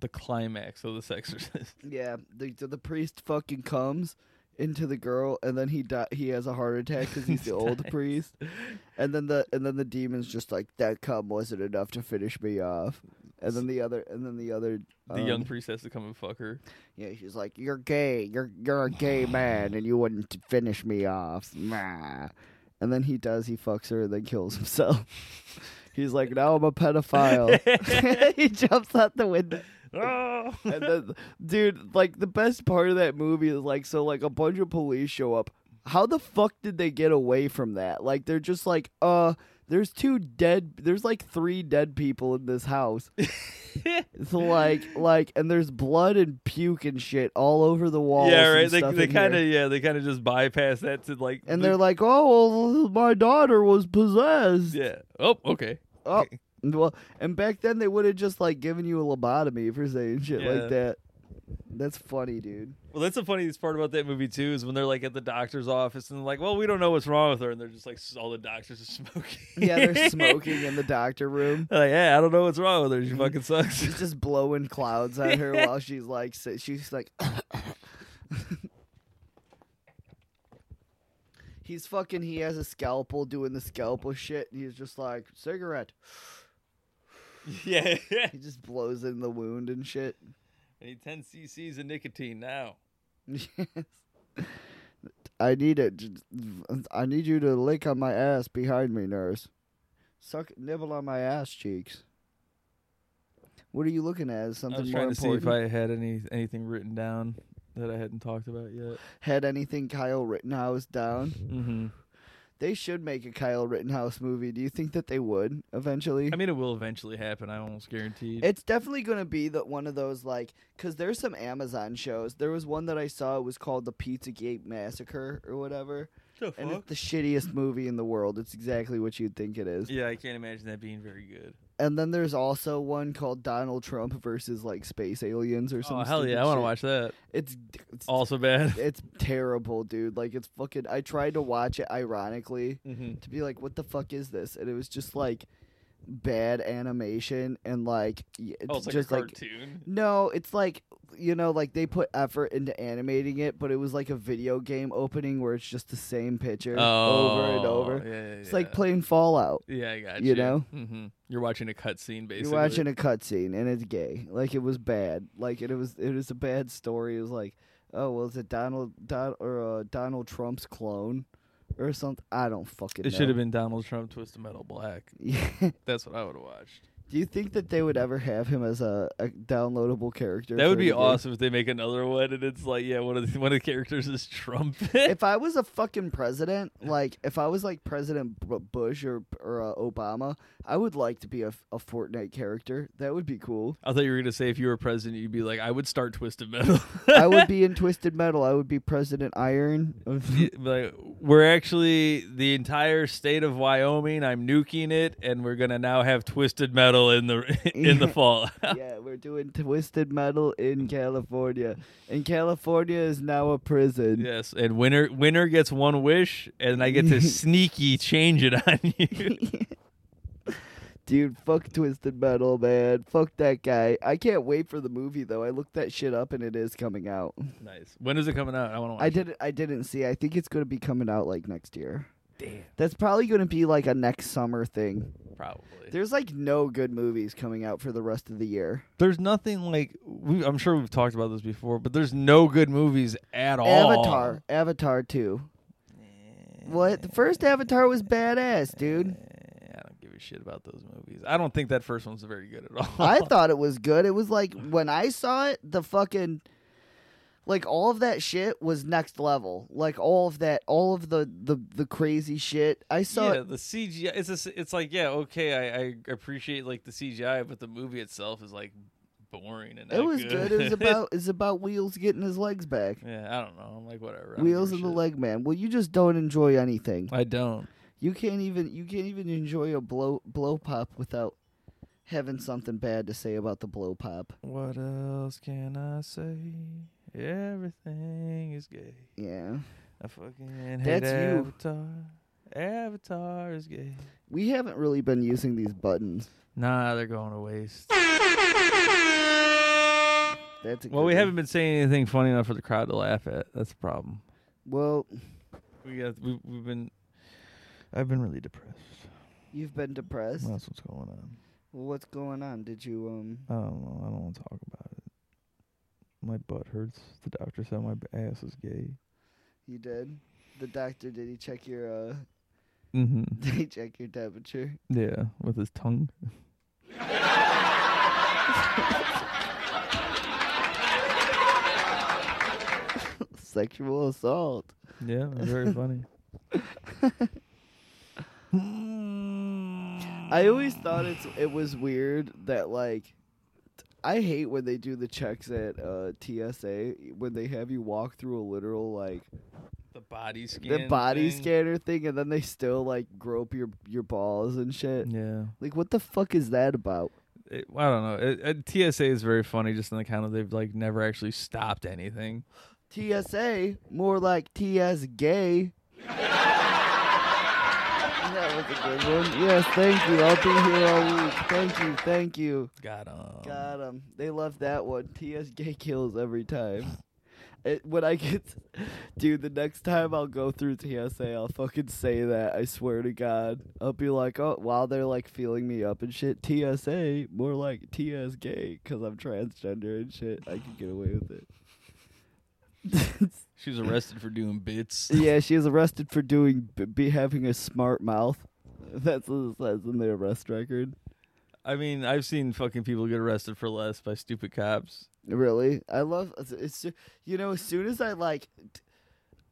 Speaker 2: the climax of the Sexorcist.
Speaker 3: yeah the the priest fucking comes into the girl and then he di- he has a heart attack cuz he's the old
Speaker 2: Nice.
Speaker 3: priest and then the and then the demons just like that cum wasn't enough to finish me off and then the other and then the other
Speaker 2: The young
Speaker 3: um,
Speaker 2: priest has to come and fuck her.
Speaker 3: Yeah, she's like, "You're gay. You're you're a gay man, and you wouldn't finish me off." Nah. And then he does. He fucks her and then kills himself. He's like, "Now I'm a pedophile." he jumps out the window.
Speaker 2: Oh,
Speaker 3: And then, dude, like the best part of that movie is like, so like a bunch of police show up. How the fuck did they get away from that? Like they're just like, uh, there's two dead. There's like three dead people in this house. so like, like, and there's blood and puke and shit all over the walls.
Speaker 2: yeah,
Speaker 3: and
Speaker 2: right. They
Speaker 3: stuff
Speaker 2: they
Speaker 3: in here.
Speaker 2: kind of yeah. They kind of just bypass that to like
Speaker 3: And
Speaker 2: the-
Speaker 3: they're like, oh, well, my daughter was possessed.
Speaker 2: yeah. Oh, okay.
Speaker 3: Oh, well, and back then they would have just like given you a lobotomy for saying shit
Speaker 2: Yeah.
Speaker 3: like that. That's funny, dude.
Speaker 2: Well, that's the funniest part about that movie too is when they're like at the doctor's office and they're like, well, we don't know what's wrong with her, and they're just like all the doctors are smoking.
Speaker 3: Yeah, they're smoking in the doctor room.
Speaker 2: Like, yeah, I don't know what's wrong with her.
Speaker 3: Mm-hmm.
Speaker 2: She fucking sucks.
Speaker 3: She's just blowing clouds at her while she's like, si- she's like. he's fucking. He has a scalpel doing the scalpel shit, and he's just like cigarette.
Speaker 2: yeah.
Speaker 3: He just blows in the wound and shit.
Speaker 2: I need 10 cc's of nicotine now.
Speaker 3: Yes. I need it. I need you to lick on my ass behind me, nurse. Suck, nibble on my ass cheeks. What are you looking at? Is
Speaker 2: I
Speaker 3: something
Speaker 2: was
Speaker 3: more
Speaker 2: trying to see
Speaker 3: important?
Speaker 2: if I had any anything written down that I hadn't talked about yet.
Speaker 3: Had anything Kyle Rittenhouse down?
Speaker 2: Mm-hmm.
Speaker 3: They should make a Kyle Rittenhouse movie. Do you think that they would eventually?
Speaker 2: I mean, it will eventually happen. I almost guaranteed.
Speaker 3: It's definitely going to be that one of those like because there's some Amazon shows. There was one that I saw. It was called the Pizzagate Massacre or whatever,
Speaker 2: the
Speaker 3: and it's the shittiest movie in the world. It's exactly what you'd think it is.
Speaker 2: Yeah, I can't imagine that being very good.
Speaker 3: And then there's also one called Donald Trump versus like space aliens or
Speaker 2: Oh
Speaker 3: something.
Speaker 2: hell yeah, I want to watch that.
Speaker 3: It's it's,
Speaker 2: Also bad.
Speaker 3: it's terrible, dude. Like it's fucking. I tried to watch it ironically
Speaker 2: mm-hmm.
Speaker 3: to be like, what the fuck is this? And it was just like bad animation and like y- it's,
Speaker 2: Oh, it's like
Speaker 3: just
Speaker 2: a
Speaker 3: like
Speaker 2: cartoon.
Speaker 3: No, it's like you know, like they put effort into animating it, but it was like a video game opening where it's just the same picture over and over.
Speaker 2: Oh, Yeah, yeah,
Speaker 3: It's like
Speaker 2: yeah.
Speaker 3: playing Fallout.
Speaker 2: Yeah, I got
Speaker 3: you
Speaker 2: you.
Speaker 3: know?
Speaker 2: hmm you're watching a cutscene basically.
Speaker 3: You're watching a cutscene and it's gay. Like it was bad. Like it was it was a bad story. It was like, oh well, is it Donald Don or uh, Donald Trump's clone or something? I don't fucking.
Speaker 2: It
Speaker 3: know.
Speaker 2: should have been Donald Trump Twisted Metal Black.
Speaker 3: been.
Speaker 2: That's what I would have watched.
Speaker 3: Do you think that they would ever have him as a, a downloadable character?
Speaker 2: That
Speaker 3: for
Speaker 2: would
Speaker 3: the
Speaker 2: be
Speaker 3: game?
Speaker 2: awesome if they make another one and it's like, yeah, one of the, one of the characters is Trump.
Speaker 3: if I was a fucking president, like if I was like President B- Bush or or uh, Obama, I would like to be a, a Fortnite character. That would be cool.
Speaker 2: I thought you were gonna say if you were president, you'd be like, I would start Twisted Metal.
Speaker 3: I would be in Twisted Metal. I would be President Iron.
Speaker 2: Yeah, like we're actually the entire state of Wyoming. I'm nuking it, and we're gonna now have twisted metal in the in the
Speaker 3: Yeah.
Speaker 2: fall.
Speaker 3: yeah, we're doing Twisted Metal in California, and California is now a prison.
Speaker 2: yes, and winner winner gets one wish, and I get to sneaky change it on you.
Speaker 3: Dude, fuck Twisted Metal, man. Fuck that guy. I can't wait for the movie though. I looked that shit up and it is coming out.
Speaker 2: nice. When is it coming out? I want to.
Speaker 3: I didn't I didn't see. I think it's going to be coming out like next year. Damn. That's probably going to be like a next summer thing.
Speaker 2: probably.
Speaker 3: There's like no good movies coming out for the rest of the year.
Speaker 2: there's nothing like we, I'm sure we've talked about this before, but there's no good movies at all.
Speaker 3: Avatar, Avatar 2. What? The first Avatar was badass, dude.
Speaker 2: Eh, I don't give a shit about those movies. I don't think that first one's very good at all.
Speaker 3: I thought it was good. It was like when I saw it, the fucking like all of that shit was next level. Like all of that, all of the the the crazy shit. I saw
Speaker 2: yeah,
Speaker 3: it.
Speaker 2: the CGI. It's a s it's like yeah, okay, I, I appreciate like the CGI, but the movie itself is like boring and
Speaker 3: It
Speaker 2: not
Speaker 3: was good. It was about it's about Wheels getting his legs back.
Speaker 2: yeah, I don't know. I'm like whatever. I don't
Speaker 3: Wheels
Speaker 2: give
Speaker 3: and
Speaker 2: a
Speaker 3: the
Speaker 2: shit.
Speaker 3: Leg Man. Well, you just don't enjoy anything.
Speaker 2: I don't.
Speaker 3: You can't even you can't even enjoy a blow blow pop without having something bad to say about the blow pop.
Speaker 2: What else can I say? Everything is gay.
Speaker 3: Yeah.
Speaker 2: I fucking hate
Speaker 3: That's you.
Speaker 2: Avatar. Avatar is gay.
Speaker 3: We haven't really been using these buttons.
Speaker 2: Nah, they're going to waste.
Speaker 3: That's a
Speaker 2: Well,
Speaker 3: good
Speaker 2: we
Speaker 3: one.
Speaker 2: haven't been saying anything funny enough for the crowd to laugh at. That's the problem.
Speaker 3: Well,
Speaker 2: We got. We, we've been. I've been really depressed.
Speaker 3: you've been depressed.
Speaker 2: That's what's going on.
Speaker 3: Well, what's going on? Did you um?
Speaker 2: I don't know. I don't want to talk about it. My butt hurts. The doctor said my b- ass is gay.
Speaker 3: You did. The doctor did he check your uh?
Speaker 2: hmm
Speaker 3: Did he check your temperature?
Speaker 2: Yeah, with his tongue.
Speaker 3: Sexual assault.
Speaker 2: Yeah, very funny.
Speaker 3: I always thought it's it was weird that like I hate when they do the checks at uh, TSA when they have you walk through a literal like
Speaker 2: The body
Speaker 3: the
Speaker 2: scan.
Speaker 3: body
Speaker 2: thing.
Speaker 3: scanner thing and then they still like grope your your balls and shit.
Speaker 2: Yeah,
Speaker 3: Like what the fuck is that about?
Speaker 2: It- I don't know. It, it, TSA is very funny, just on the count of they've like never actually stopped anything.
Speaker 3: TSA more like TS gay. that was a good one. Yes, thank you. I'll be here all week. Thank you. Thank you.
Speaker 2: Got um.
Speaker 3: Got 'em. They love that one. TS Gay kills every time. It, when I get, dude, the next time I'll go through TSA, I'll fucking say that. I swear to God, I'll be like, oh, while they're like feeling me up and shit, TSA, more like TS gay, cause I'm transgender and shit. I can get away with it.
Speaker 2: She was arrested for doing bits.
Speaker 3: yeah, she is arrested for doing b- be having a smart mouth. That's what it says in the arrest record.
Speaker 2: I mean, I've seen fucking people get arrested for less by stupid cops.
Speaker 3: Really, I love it's, it's. You know, as soon as I like, t-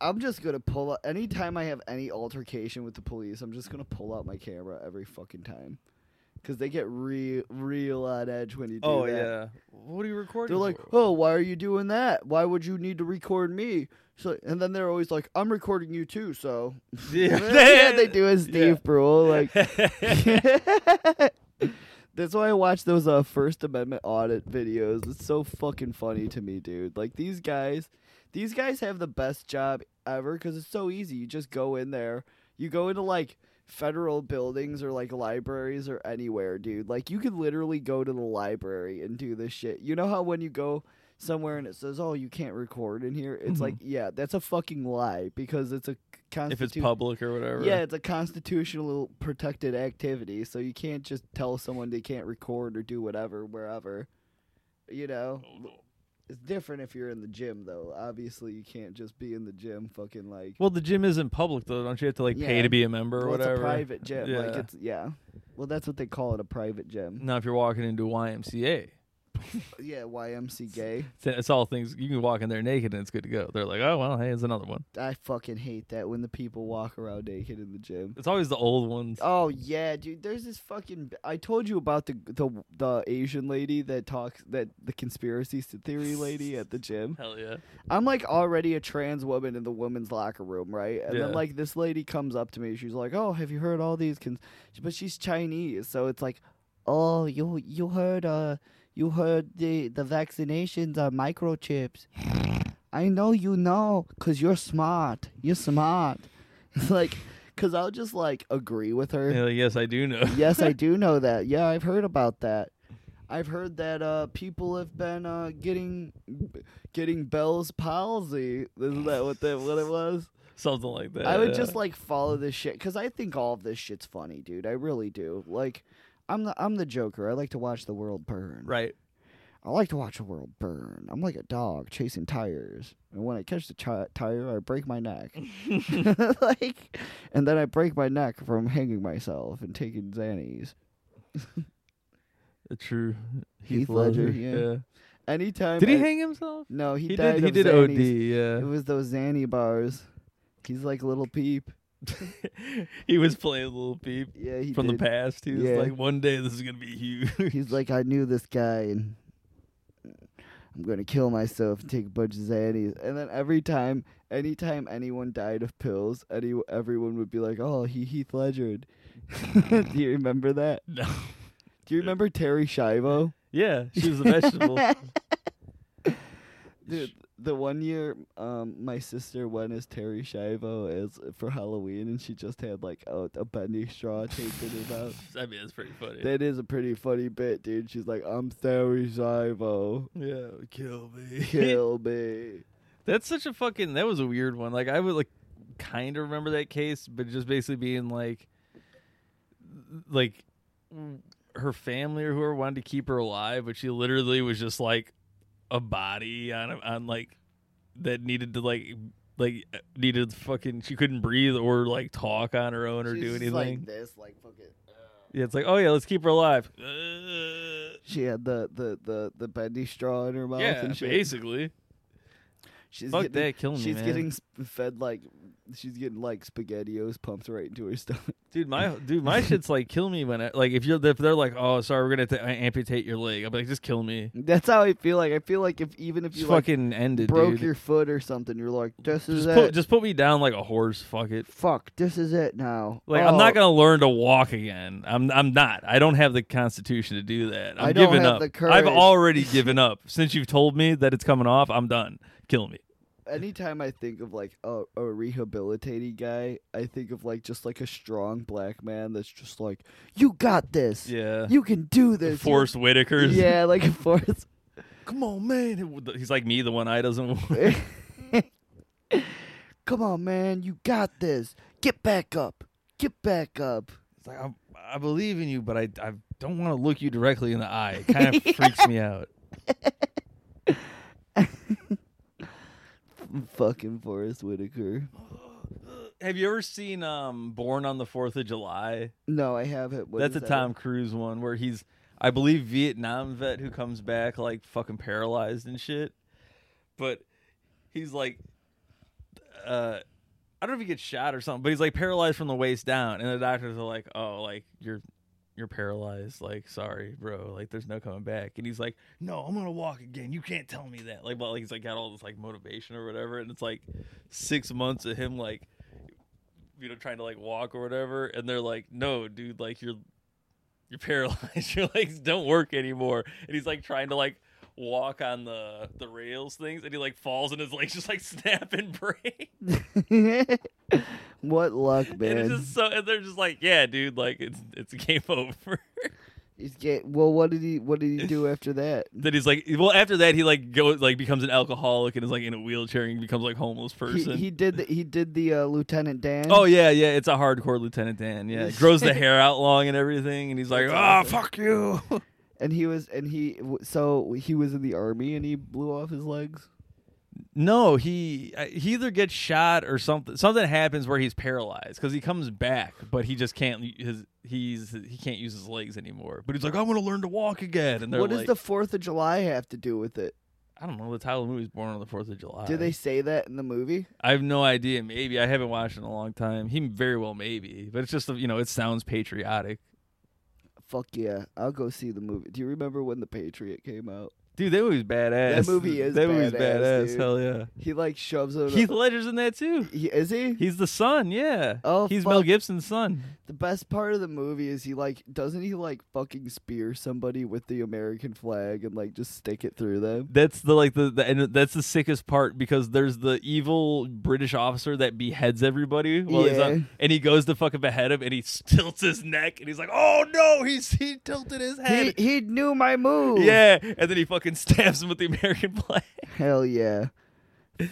Speaker 3: I'm just gonna pull out. Anytime I have any altercation with the police, I'm just gonna pull out my camera every fucking time, because they get real, real on edge when you do
Speaker 2: Oh
Speaker 3: that.
Speaker 2: yeah. What are you recording?
Speaker 3: They're like,
Speaker 2: for?
Speaker 3: "Oh, why are you doing that? Why would you need to record me?" So, and then they're always like, "I'm recording you too." So,
Speaker 2: Yeah.
Speaker 3: yeah, they do as
Speaker 2: Yeah.
Speaker 3: Steve Brule. Like, that's why I watch those uh, First Amendment audit videos. It's so fucking funny to me, dude. Like these guys, these guys have the best job ever because it's so easy. You just go in there. You go into like federal buildings or like libraries or anywhere, dude. Like you could literally go to the library and do this shit. You know how when you go somewhere and it says, "Oh, you can't record in here," it's like, yeah, that's a fucking lie because it's a
Speaker 2: Mm-hmm. if it's
Speaker 3: constitution.
Speaker 2: public or whatever.
Speaker 3: Yeah, it's a constitutional protected activity, so you can't just tell someone they can't record or do whatever wherever. You know, it's different if you're in the gym though. Obviously, you can't just be in the gym fucking like
Speaker 2: Well, the gym isn't public though. Don't you have to like
Speaker 3: Yeah.
Speaker 2: pay to be a member or
Speaker 3: Well,
Speaker 2: whatever?
Speaker 3: It's a private gym.
Speaker 2: Yeah. Mm.
Speaker 3: Like it's yeah. Well, that's what they call it, a private gym.
Speaker 2: now, if you're walking into YMCA,
Speaker 3: Yeah, YMCA. gay.
Speaker 2: it's, it's all things you can walk in there naked and it's good to go. They're like, oh well, hey, it's another one.
Speaker 3: I fucking hate that when the people walk around naked in the gym.
Speaker 2: It's always the old ones.
Speaker 3: Oh yeah, dude. There's this fucking. I told you about the the the Asian lady that talks that the conspiracy theory lady at the gym.
Speaker 2: Hell yeah.
Speaker 3: I'm like already a trans woman in the women's locker room, right? And then
Speaker 2: Yeah.
Speaker 3: like this lady comes up to me. She's like, "Oh, have you heard all these?" Cons-? But she's Chinese, so it's like, "Oh, you you heard uh you heard the the vaccinations are microchips." I know you know, cause you're smart. You're smart. like, cause I'll just like agree with her
Speaker 2: Yeah, like, yes, I do know.
Speaker 3: yes, I do know that. Yeah, I've heard about that. I've heard that uh, people have been uh, getting getting Bell's palsy. Isn't that what that what it was?
Speaker 2: Something like that.
Speaker 3: I would
Speaker 2: yeah.
Speaker 3: just like follow this shit because I think all of this shit's funny, dude. I really do. Like, I'm the I'm the Joker. I like to watch the world burn.
Speaker 2: right.
Speaker 3: I like to watch the world burn. I'm like a dog chasing tires, and when I catch the chi- tire, I break my neck. like, and then I break my neck from hanging myself and taking Xannies.
Speaker 2: The true
Speaker 3: Heath Ledger, yeah.
Speaker 2: Yeah.
Speaker 3: Anytime.
Speaker 2: Did he
Speaker 3: I-
Speaker 2: hang himself?
Speaker 3: No, he,
Speaker 2: He
Speaker 3: died.
Speaker 2: did. He
Speaker 3: of
Speaker 2: did
Speaker 3: Xannies.
Speaker 2: OD.
Speaker 3: It
Speaker 2: Yeah.
Speaker 3: was those Xanny bars. He's like little peep.
Speaker 2: he was playing little peep.
Speaker 3: Yeah, he
Speaker 2: from
Speaker 3: did.
Speaker 2: the past. He was
Speaker 3: Yeah.
Speaker 2: like, one day this is gonna be huge.
Speaker 3: He's like, I knew this guy, and I'm gonna kill myself and take a bunch of Xannies. And then every time, anytime anyone died of pills, any everyone would be like, Oh, he Heath Ledgered. Do you remember that?
Speaker 2: no.
Speaker 3: Do you remember Terry Shivo?
Speaker 2: Yeah, she was a vegetable.
Speaker 3: Dude, the one year um, my sister went as Terry Shivo as for Halloween, and she just had like a, a bending straw taped in her mouth.
Speaker 2: I mean, that's pretty funny.
Speaker 3: That is a pretty funny bit, dude. She's like, "I'm Terry Shivo,
Speaker 2: yeah, kill me.
Speaker 3: kill me."
Speaker 2: that's such a fucking. That was a weird one. Like I would like kind of remember that case, but just basically being like, like her family or whoever wanted to keep her alive, but she literally was just like a body on a, on like that needed to like like needed fucking she couldn't breathe or like talk on her own or
Speaker 3: She's
Speaker 2: do
Speaker 3: just like
Speaker 2: anything.
Speaker 3: this, like fucking.
Speaker 2: Yeah, it's like, oh yeah, let's keep her alive. Uh,
Speaker 3: She had the the the the bendy straw in her mouth.
Speaker 2: yeah,
Speaker 3: and shit.
Speaker 2: basically.
Speaker 3: She's
Speaker 2: Fuck
Speaker 3: getting,
Speaker 2: that, kill me,
Speaker 3: She's
Speaker 2: man.
Speaker 3: getting sp- fed like, she's getting like spaghettios pumped right into her stomach.
Speaker 2: Dude, my dude, my shit's like kill me when I like if you're if they're like, oh sorry, we're gonna have to amputate your leg. I'm like, just kill me.
Speaker 3: That's how I feel like. I feel like if even if
Speaker 2: Just
Speaker 3: you like
Speaker 2: fucking end it,
Speaker 3: broke
Speaker 2: dude.
Speaker 3: your foot or something, you're like, this is
Speaker 2: just
Speaker 3: it.
Speaker 2: put just put me down like a horse. Fuck it.
Speaker 3: Fuck, this is it now.
Speaker 2: Like I'm not
Speaker 3: Oh,
Speaker 2: gonna learn to walk again. I'm I'm not. I don't have the constitution to do that. I'm
Speaker 3: I don't
Speaker 2: giving
Speaker 3: have
Speaker 2: up.
Speaker 3: the
Speaker 2: I've
Speaker 3: courage.
Speaker 2: already given up since you've told me that it's coming off. I'm done. Kill me.
Speaker 3: Anytime I think of like a, a rehabilitating guy, I think of like just like a strong black man that's just like, you got this.
Speaker 2: Yeah.
Speaker 3: You can do this.
Speaker 2: Forrest
Speaker 3: You-"
Speaker 2: Whitaker's
Speaker 3: Yeah, like a force.
Speaker 2: Come on, man. He's like me, the one eye doesn't. work.
Speaker 3: Come on, man, you got this. Get back up. Get back up.
Speaker 2: It's like I, I believe in you, but I, I don't want to look you directly in the eye. It kind of freaks me out.
Speaker 3: Fucking Forrest Whitaker.
Speaker 2: Have you ever seen um, Born on the Fourth of July?
Speaker 3: No, I have it. What
Speaker 2: That's a
Speaker 3: is that?
Speaker 2: Tom Cruise one where he's, I believe, Vietnam vet who comes back like fucking paralyzed and shit. But he's like, uh, I don't know if he gets shot or something, but he's like paralyzed from the waist down, and the doctors are like, "Oh, like you're." You're paralyzed. Like, sorry, bro. Like, there's no coming back. And he's like, "No, I'm gonna walk again. You can't tell me that." Like, well, he's like got all this like motivation or whatever. And it's like six months of him like you know trying to like walk or whatever and they're like no dude like you're you're paralyzed your legs don't work anymore and he's like trying to like walk on the the rails things and he like falls and his legs just like snap and break
Speaker 3: what luck,
Speaker 2: and it's
Speaker 3: man.
Speaker 2: just so and they're just like yeah dude like it's it's game over
Speaker 3: He's get, well, what did he? What did he do after that?
Speaker 2: then he's like well after that he like goes like becomes an alcoholic and is like in a wheelchair and becomes like homeless
Speaker 3: He,
Speaker 2: person
Speaker 3: he did. The, he did the uh, Lieutenant Dan.
Speaker 2: Oh yeah, yeah. It's a hardcore Lieutenant Dan. Yeah, grows the hair out long and everything, and he's like, "Ah, fuck you."
Speaker 3: and he was, and he. w- So he was in the army, and he blew off his legs.
Speaker 2: No, he I- he either gets shot or something. Something happens where he's paralyzed because he comes back, but he just can't. His he's he can't use his legs anymore. But he's like, "I'm gonna learn to walk again." And they're
Speaker 3: What does
Speaker 2: like,
Speaker 3: the Fourth of July have to do with it?
Speaker 2: "I don't know." The title of the movie is born on the Fourth of July.
Speaker 3: Did they say that in the movie?
Speaker 2: I have no idea. Maybe I haven't watched it in a long time. He very well maybe, but it's just you know it sounds patriotic.
Speaker 3: Fuck yeah, I'll go see the movie. Do you remember when The Patriot came out?
Speaker 2: Dude, that movie's badass.
Speaker 3: movie is
Speaker 2: that movie's
Speaker 3: badass,
Speaker 2: badass.
Speaker 3: dude.
Speaker 2: Hell yeah.
Speaker 3: He like shoves it.
Speaker 2: Heath Ledger's in that too.
Speaker 3: he, is he?
Speaker 2: He's the son, yeah.
Speaker 3: Oh,
Speaker 2: he's Mel
Speaker 3: fuck.
Speaker 2: Gibson's son.
Speaker 3: The best part of the movie is he like doesn't he like fucking spear somebody with the American flag and like just stick it through them?
Speaker 2: That's the like the, the and that's the sickest part because there's the evil British officer that beheads everybody while he's
Speaker 3: Yeah.
Speaker 2: on, and he goes to fucking behead him and he tilts his neck and he's like, oh no, he's he tilted his
Speaker 3: He
Speaker 2: head.
Speaker 3: he knew my move.
Speaker 2: yeah, and then he fucking stabs him with the American flag.
Speaker 3: Hell yeah.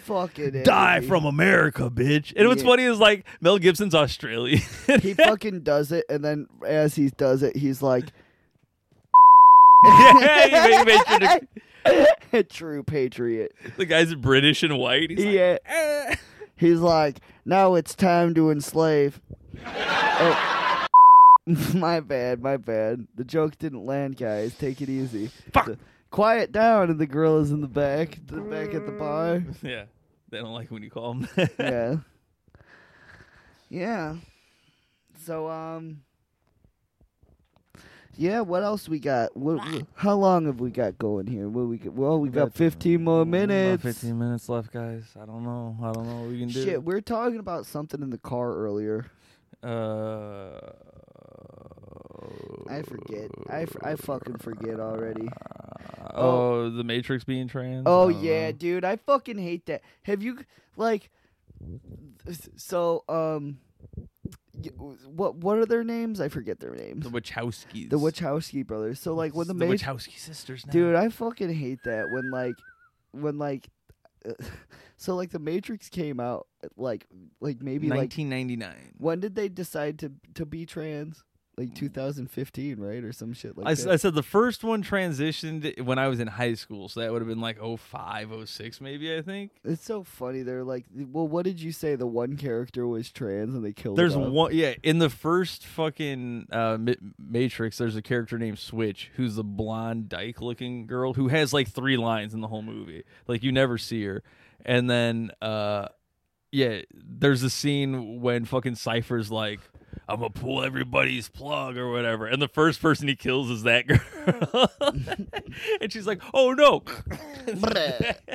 Speaker 3: Fucking A.
Speaker 2: Die from America, bitch. And what's
Speaker 3: Yeah.
Speaker 2: funny is like Mel Gibson's Australian.
Speaker 3: He fucking does it, and then as he does it, he's like
Speaker 2: yeah, he made, made sure to-
Speaker 3: a true patriot.
Speaker 2: the guy's British and white. He's like,
Speaker 3: yeah.
Speaker 2: "Eh."
Speaker 3: He's like, now it's time to enslave. Oh. my bad, my bad. The joke didn't land, guys. Take it easy.
Speaker 2: Fuck.
Speaker 3: The- quiet down, and the girl is in the back, the back at the bar.
Speaker 2: yeah, they don't like when you call him. that.
Speaker 3: Yeah. Yeah. So um. Yeah, what else we got? What, what- how long have we got going here? What we got? Well, we got
Speaker 2: got,
Speaker 3: 15 more
Speaker 2: About
Speaker 3: minutes.
Speaker 2: 15 minutes left, guys. I don't know. I don't know what we can do.
Speaker 3: Shit, we were talking about something in the car earlier.
Speaker 2: Uh,
Speaker 3: I forget. I, f- I fucking forget already.
Speaker 2: oh, the Matrix being trans. Uh-huh.
Speaker 3: Oh
Speaker 2: I don't
Speaker 3: yeah,
Speaker 2: know.
Speaker 3: dude, I fucking hate that. Have you like so um y- what what are their names? I forget their names.
Speaker 2: the Wachowskis.
Speaker 3: The Wachowski brothers. So like when the,
Speaker 2: the
Speaker 3: Matrix
Speaker 2: Wachowski sisters. Now.
Speaker 3: Dude, I fucking hate that when like when like so like the Matrix came out like like maybe like
Speaker 2: 1999.
Speaker 3: when did they decide to to be trans? Like 2015, right? Or some shit like uh,
Speaker 2: I, s- I
Speaker 3: that.
Speaker 2: said the first one transitioned when I was in high school, so that would have been like 05, 06 maybe. I think.
Speaker 3: It's so funny. They're like, well, what did you say? The one character was trans and they killed.
Speaker 2: There's
Speaker 3: him off?"
Speaker 2: one, yeah. In the first fucking uh, Ma- Matrix, there's a character named Switch, who's the blonde dyke-looking girl who has like three lines in the whole movie. Like you never see her. And then, uh, yeah, there's a scene when fucking Cipher's like, "I'm gonna pull everybody's plug" or whatever, and the first person he kills is that girl, and she's like, "Oh no."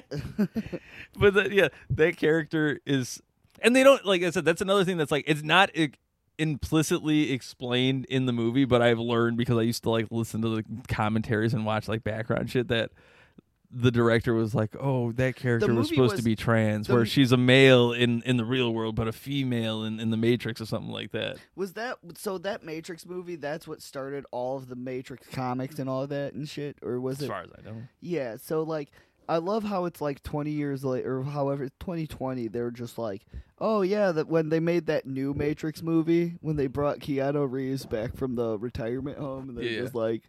Speaker 2: but the, yeah, that character is, and they don't like I said. That's another thing that's like it's not i implicitly explained in the movie, but I've learned because I used to like listen to the commentaries and watch like background shit that the director was like, "Oh, that character was
Speaker 3: movie
Speaker 2: supposed to
Speaker 3: was-
Speaker 2: be trans,
Speaker 3: the
Speaker 2: where
Speaker 3: m-
Speaker 2: she's a male in in the real world, but a female in in the Matrix or something like that."
Speaker 3: Was that so? That Matrix movie? That's what started all of the Matrix comics and all of that and shit, or was
Speaker 2: As
Speaker 3: it?
Speaker 2: far as I know,
Speaker 3: Yeah. So like, I love how it's like 20 years later, or however 2020, they're just like, oh yeah, that when they made that new Matrix movie, when they brought Keanu Reeves back from the retirement home, and they're
Speaker 2: Yeah.
Speaker 3: just like.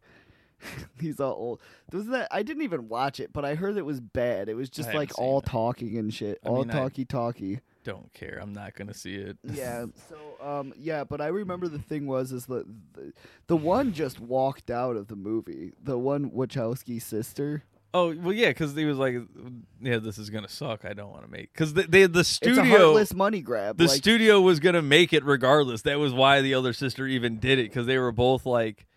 Speaker 3: He's all old. Was that I didn't even watch it, but I heard it was bad. It was just
Speaker 2: haven't
Speaker 3: like
Speaker 2: seen
Speaker 3: all
Speaker 2: it.
Speaker 3: talking and shit,
Speaker 2: I
Speaker 3: all
Speaker 2: mean, I-
Speaker 3: talky talky.
Speaker 2: don't care. I'm not gonna see it.
Speaker 3: Yeah. So um yeah, but I remember the thing was is that the, the one just walked out of the movie. The one Wachowski sister.
Speaker 2: Oh well, yeah, because he was like, "Yeah, this is gonna suck. I don't want to make." Because they, they the
Speaker 3: It's a
Speaker 2: studio
Speaker 3: heartless money grab.
Speaker 2: the
Speaker 3: like,
Speaker 2: studio was gonna make it regardless. That was why the other sister even did it because they were both like,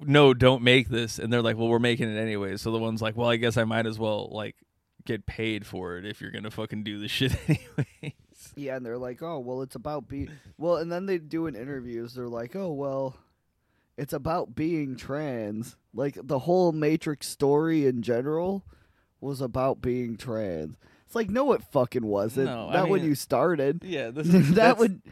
Speaker 2: "No, don't make this," and they're like, "Well, we're making it anyway." So the one's like, "Well, I guess I might as well like get paid for it if you're gonna fucking do this shit anyways."
Speaker 3: yeah, and they're like, "Oh, well, it's about be Well, and then they do in interviews they're like, "Oh, well, it's about being trans." Like the whole Matrix story in general was about being trans. It's like, no, it fucking wasn't.
Speaker 2: No, I
Speaker 3: Not when
Speaker 2: mean-
Speaker 3: you started.
Speaker 2: Yeah, this,
Speaker 3: that
Speaker 2: that's-
Speaker 3: would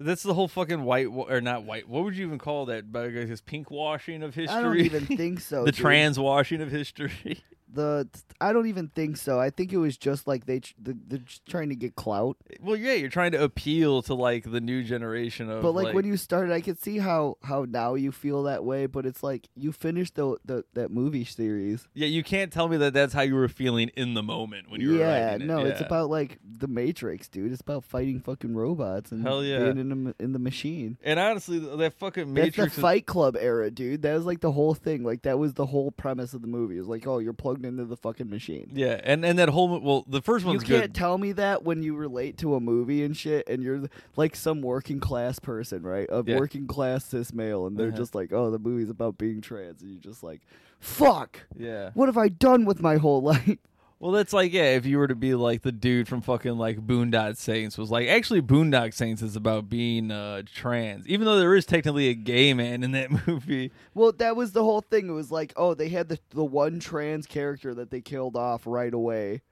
Speaker 2: That's the whole fucking white wa- or not white. What would you even call that? But I guess His pink washing of history.
Speaker 3: I don't even think so.
Speaker 2: the
Speaker 3: dude.
Speaker 2: trans washing of history.
Speaker 3: the I don't even think so. I think it was just like they tr- the, they're just trying to get clout.
Speaker 2: Well, yeah, you're trying to appeal to like the new generation of.
Speaker 3: But like, when you started, I could see how how now you feel that way. But it's like you finished the, the that movie series.
Speaker 2: yeah, you can't tell me that that's how you were feeling in the moment when you were
Speaker 3: yeah,
Speaker 2: writing it.
Speaker 3: no, it's
Speaker 2: Yeah.
Speaker 3: about like the Matrix, dude. It's about fighting fucking robots and
Speaker 2: Hell yeah.
Speaker 3: being in the, ma- in the machine.
Speaker 2: And honestly, th- that fucking
Speaker 3: That's
Speaker 2: Matrix.
Speaker 3: the
Speaker 2: is-
Speaker 3: Fight Club era, dude. That was like the whole thing. Like that was the whole premise of the movie. It was like, oh, you're plugged into the fucking machine.
Speaker 2: yeah, and and that whole mo- well, the first
Speaker 3: You
Speaker 2: one's
Speaker 3: can't
Speaker 2: good.
Speaker 3: tell me that when you relate to a movie and shit, and you're like some working class person, right? A
Speaker 2: Yeah.
Speaker 3: working class cis male, and they're
Speaker 2: Uh-huh.
Speaker 3: just like, "Oh, the movie's about being trans," and you're just like, "Fuck,
Speaker 2: yeah.
Speaker 3: what have I done with my whole life?"
Speaker 2: Well, that's like yeah, if you were to be like the dude from fucking like Boondock Saints was like actually Boondock Saints is about being uh trans, even though there is technically a gay man in that movie.
Speaker 3: Well, that was the whole thing. It was like, oh, they had the the one trans character that they killed off right away,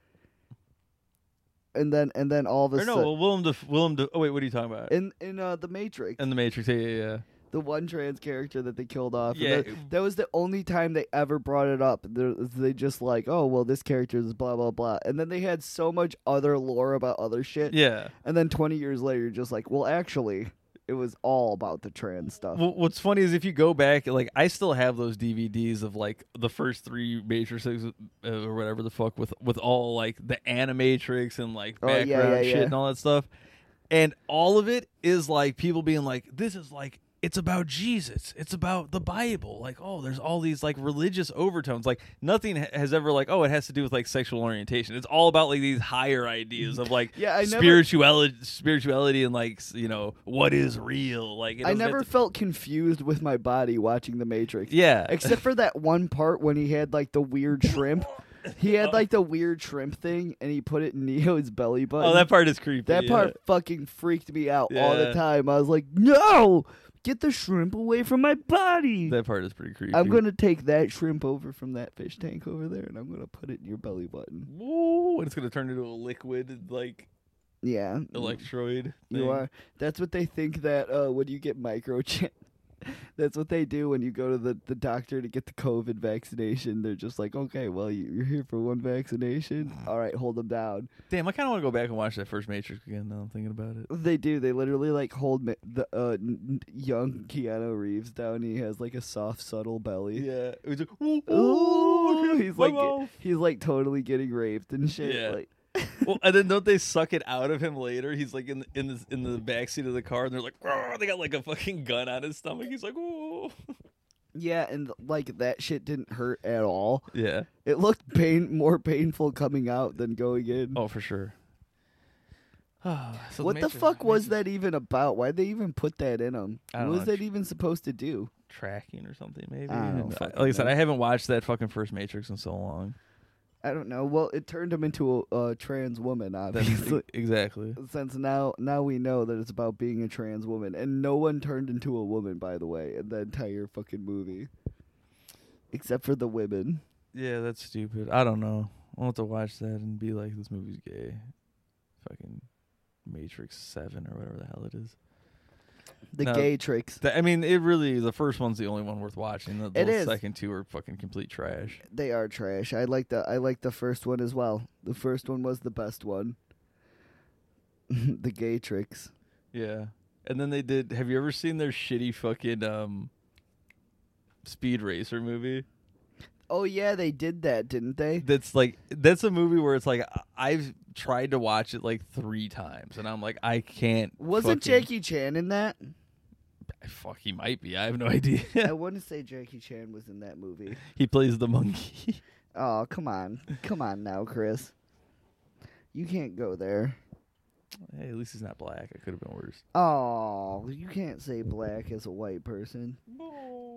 Speaker 3: and then and then all of a
Speaker 2: Or no,
Speaker 3: sudden,
Speaker 2: well, Willem Daf- Willem. Daf- oh wait, what are you talking about?
Speaker 3: in in uh, the Matrix,
Speaker 2: In the Matrix, yeah, yeah, yeah.
Speaker 3: the one trans character that they killed off. and
Speaker 2: Yeah,
Speaker 3: that,
Speaker 2: it-
Speaker 3: that was the only time they ever brought it up. They're- They just like, oh well, this character is blah blah blah, and then they had so much other lore about other shit.
Speaker 2: Yeah.
Speaker 3: And then twenty years later, you're just like, well, actually, it was all about the trans stuff.
Speaker 2: Well, what's funny is if you go back, like I still have those DVDs of like the first three Matrixes uh, or whatever the fuck with with all like the animatrix and like
Speaker 3: Oh, yeah,
Speaker 2: background
Speaker 3: yeah,
Speaker 2: shit
Speaker 3: yeah.
Speaker 2: and all that stuff, and all of it is like people being like, "This is like it's about Jesus, it's about the Bible." Like, oh, there's all these like religious overtones. Like nothing ha- has ever like, oh, it has to do with like sexual orientation. It's all about like these higher ideas of like
Speaker 3: Yeah, I never-
Speaker 2: spirituality, spirituality, and like s- you know what is real. Like it
Speaker 3: I
Speaker 2: doesn't have
Speaker 3: never
Speaker 2: to-
Speaker 3: felt confused with my body watching The Matrix.
Speaker 2: yeah.
Speaker 3: Except for that one part when he had like the weird shrimp. He
Speaker 2: Oh.
Speaker 3: had like the weird shrimp thing and he put it in Neo's belly button.
Speaker 2: oh, that part is creepy.
Speaker 3: That
Speaker 2: yeah.
Speaker 3: part fucking freaked me out all the
Speaker 2: Yeah.
Speaker 3: time. I was like, no, get the shrimp away from my body.
Speaker 2: That part is pretty creepy.
Speaker 3: I'm going to take that shrimp over from that fish tank over there and I'm going to put it in your belly button.
Speaker 2: Woo, and it's gonna turn into a liquid like
Speaker 3: Yeah.
Speaker 2: electroid.
Speaker 3: You
Speaker 2: thing.
Speaker 3: are. That's what they think that uh, when you get microchip. That's what they do when you go to the, the doctor to get the COVID vaccination. They're just like, okay, well, you- you're here for one vaccination. All right, hold them down.
Speaker 2: Damn, I kind of want to go back and watch that first Matrix again. Now I'm thinking about it.
Speaker 3: They do. They literally like hold ma- the uh, n- n- young Keanu Reeves down. He has like a soft, subtle belly.
Speaker 2: Yeah, it was like, ooh,
Speaker 3: Ooh, he's like
Speaker 2: Whoa.
Speaker 3: he's like totally getting raped and shit.
Speaker 2: Yeah.
Speaker 3: Like,
Speaker 2: well, and then don't they suck it out of him later? He's like in the, in the in the backseat of the car, and they're like, "Grr," they got like a fucking gun on his stomach. He's like, ooh,
Speaker 3: yeah, and like that shit didn't hurt at all.
Speaker 2: yeah,
Speaker 3: It looked pain more painful coming out than going in.
Speaker 2: oh for sure.
Speaker 3: what the fuck was that even about? Why'd they even put that in them?
Speaker 2: I don't
Speaker 3: What was
Speaker 2: know.
Speaker 3: that even supposed to do?
Speaker 2: Tracking or something maybe.
Speaker 3: I don't
Speaker 2: And
Speaker 3: fucking
Speaker 2: like I said,
Speaker 3: know.
Speaker 2: I haven't watched that fucking first Matrix in so long.
Speaker 3: I don't know. Well, it turned him into a, a trans woman,
Speaker 2: That's
Speaker 3: obviously.
Speaker 2: exactly.
Speaker 3: Since now, now we know that it's about being a trans woman, and no one turned into a woman, by the way, in the entire fucking movie, except for the women.
Speaker 2: Yeah, that's stupid. I don't know. I'll have to watch that and be like, this movie's gay. Fucking Matrix Seven or whatever the hell it is.
Speaker 3: The
Speaker 2: No.
Speaker 3: gay tricks.
Speaker 2: Th- I mean, it really the first one's the only one worth watching. The, the
Speaker 3: It is.
Speaker 2: second two are fucking complete trash.
Speaker 3: They are trash. I like the I like the first one as well. The first one was the best one. the gay tricks.
Speaker 2: Yeah. And then they did. Have you ever seen their shitty fucking um, Speed Racer movie?
Speaker 3: Oh yeah, they did that, didn't they?
Speaker 2: That's like that's a movie where it's like I- I've tried to watch it like three times, and I'm like, I can't.
Speaker 3: Wasn't
Speaker 2: fucking-
Speaker 3: Jackie Chan in that?
Speaker 2: Fuck, he might be. I have no idea.
Speaker 3: I wouldn't say Jackie Chan was in that movie.
Speaker 2: he plays the monkey.
Speaker 3: Oh, come on. Come on now, Chris. You can't go there.
Speaker 2: hey, at least he's not black. It could have been worse.
Speaker 3: Oh, you can't say black as a white person.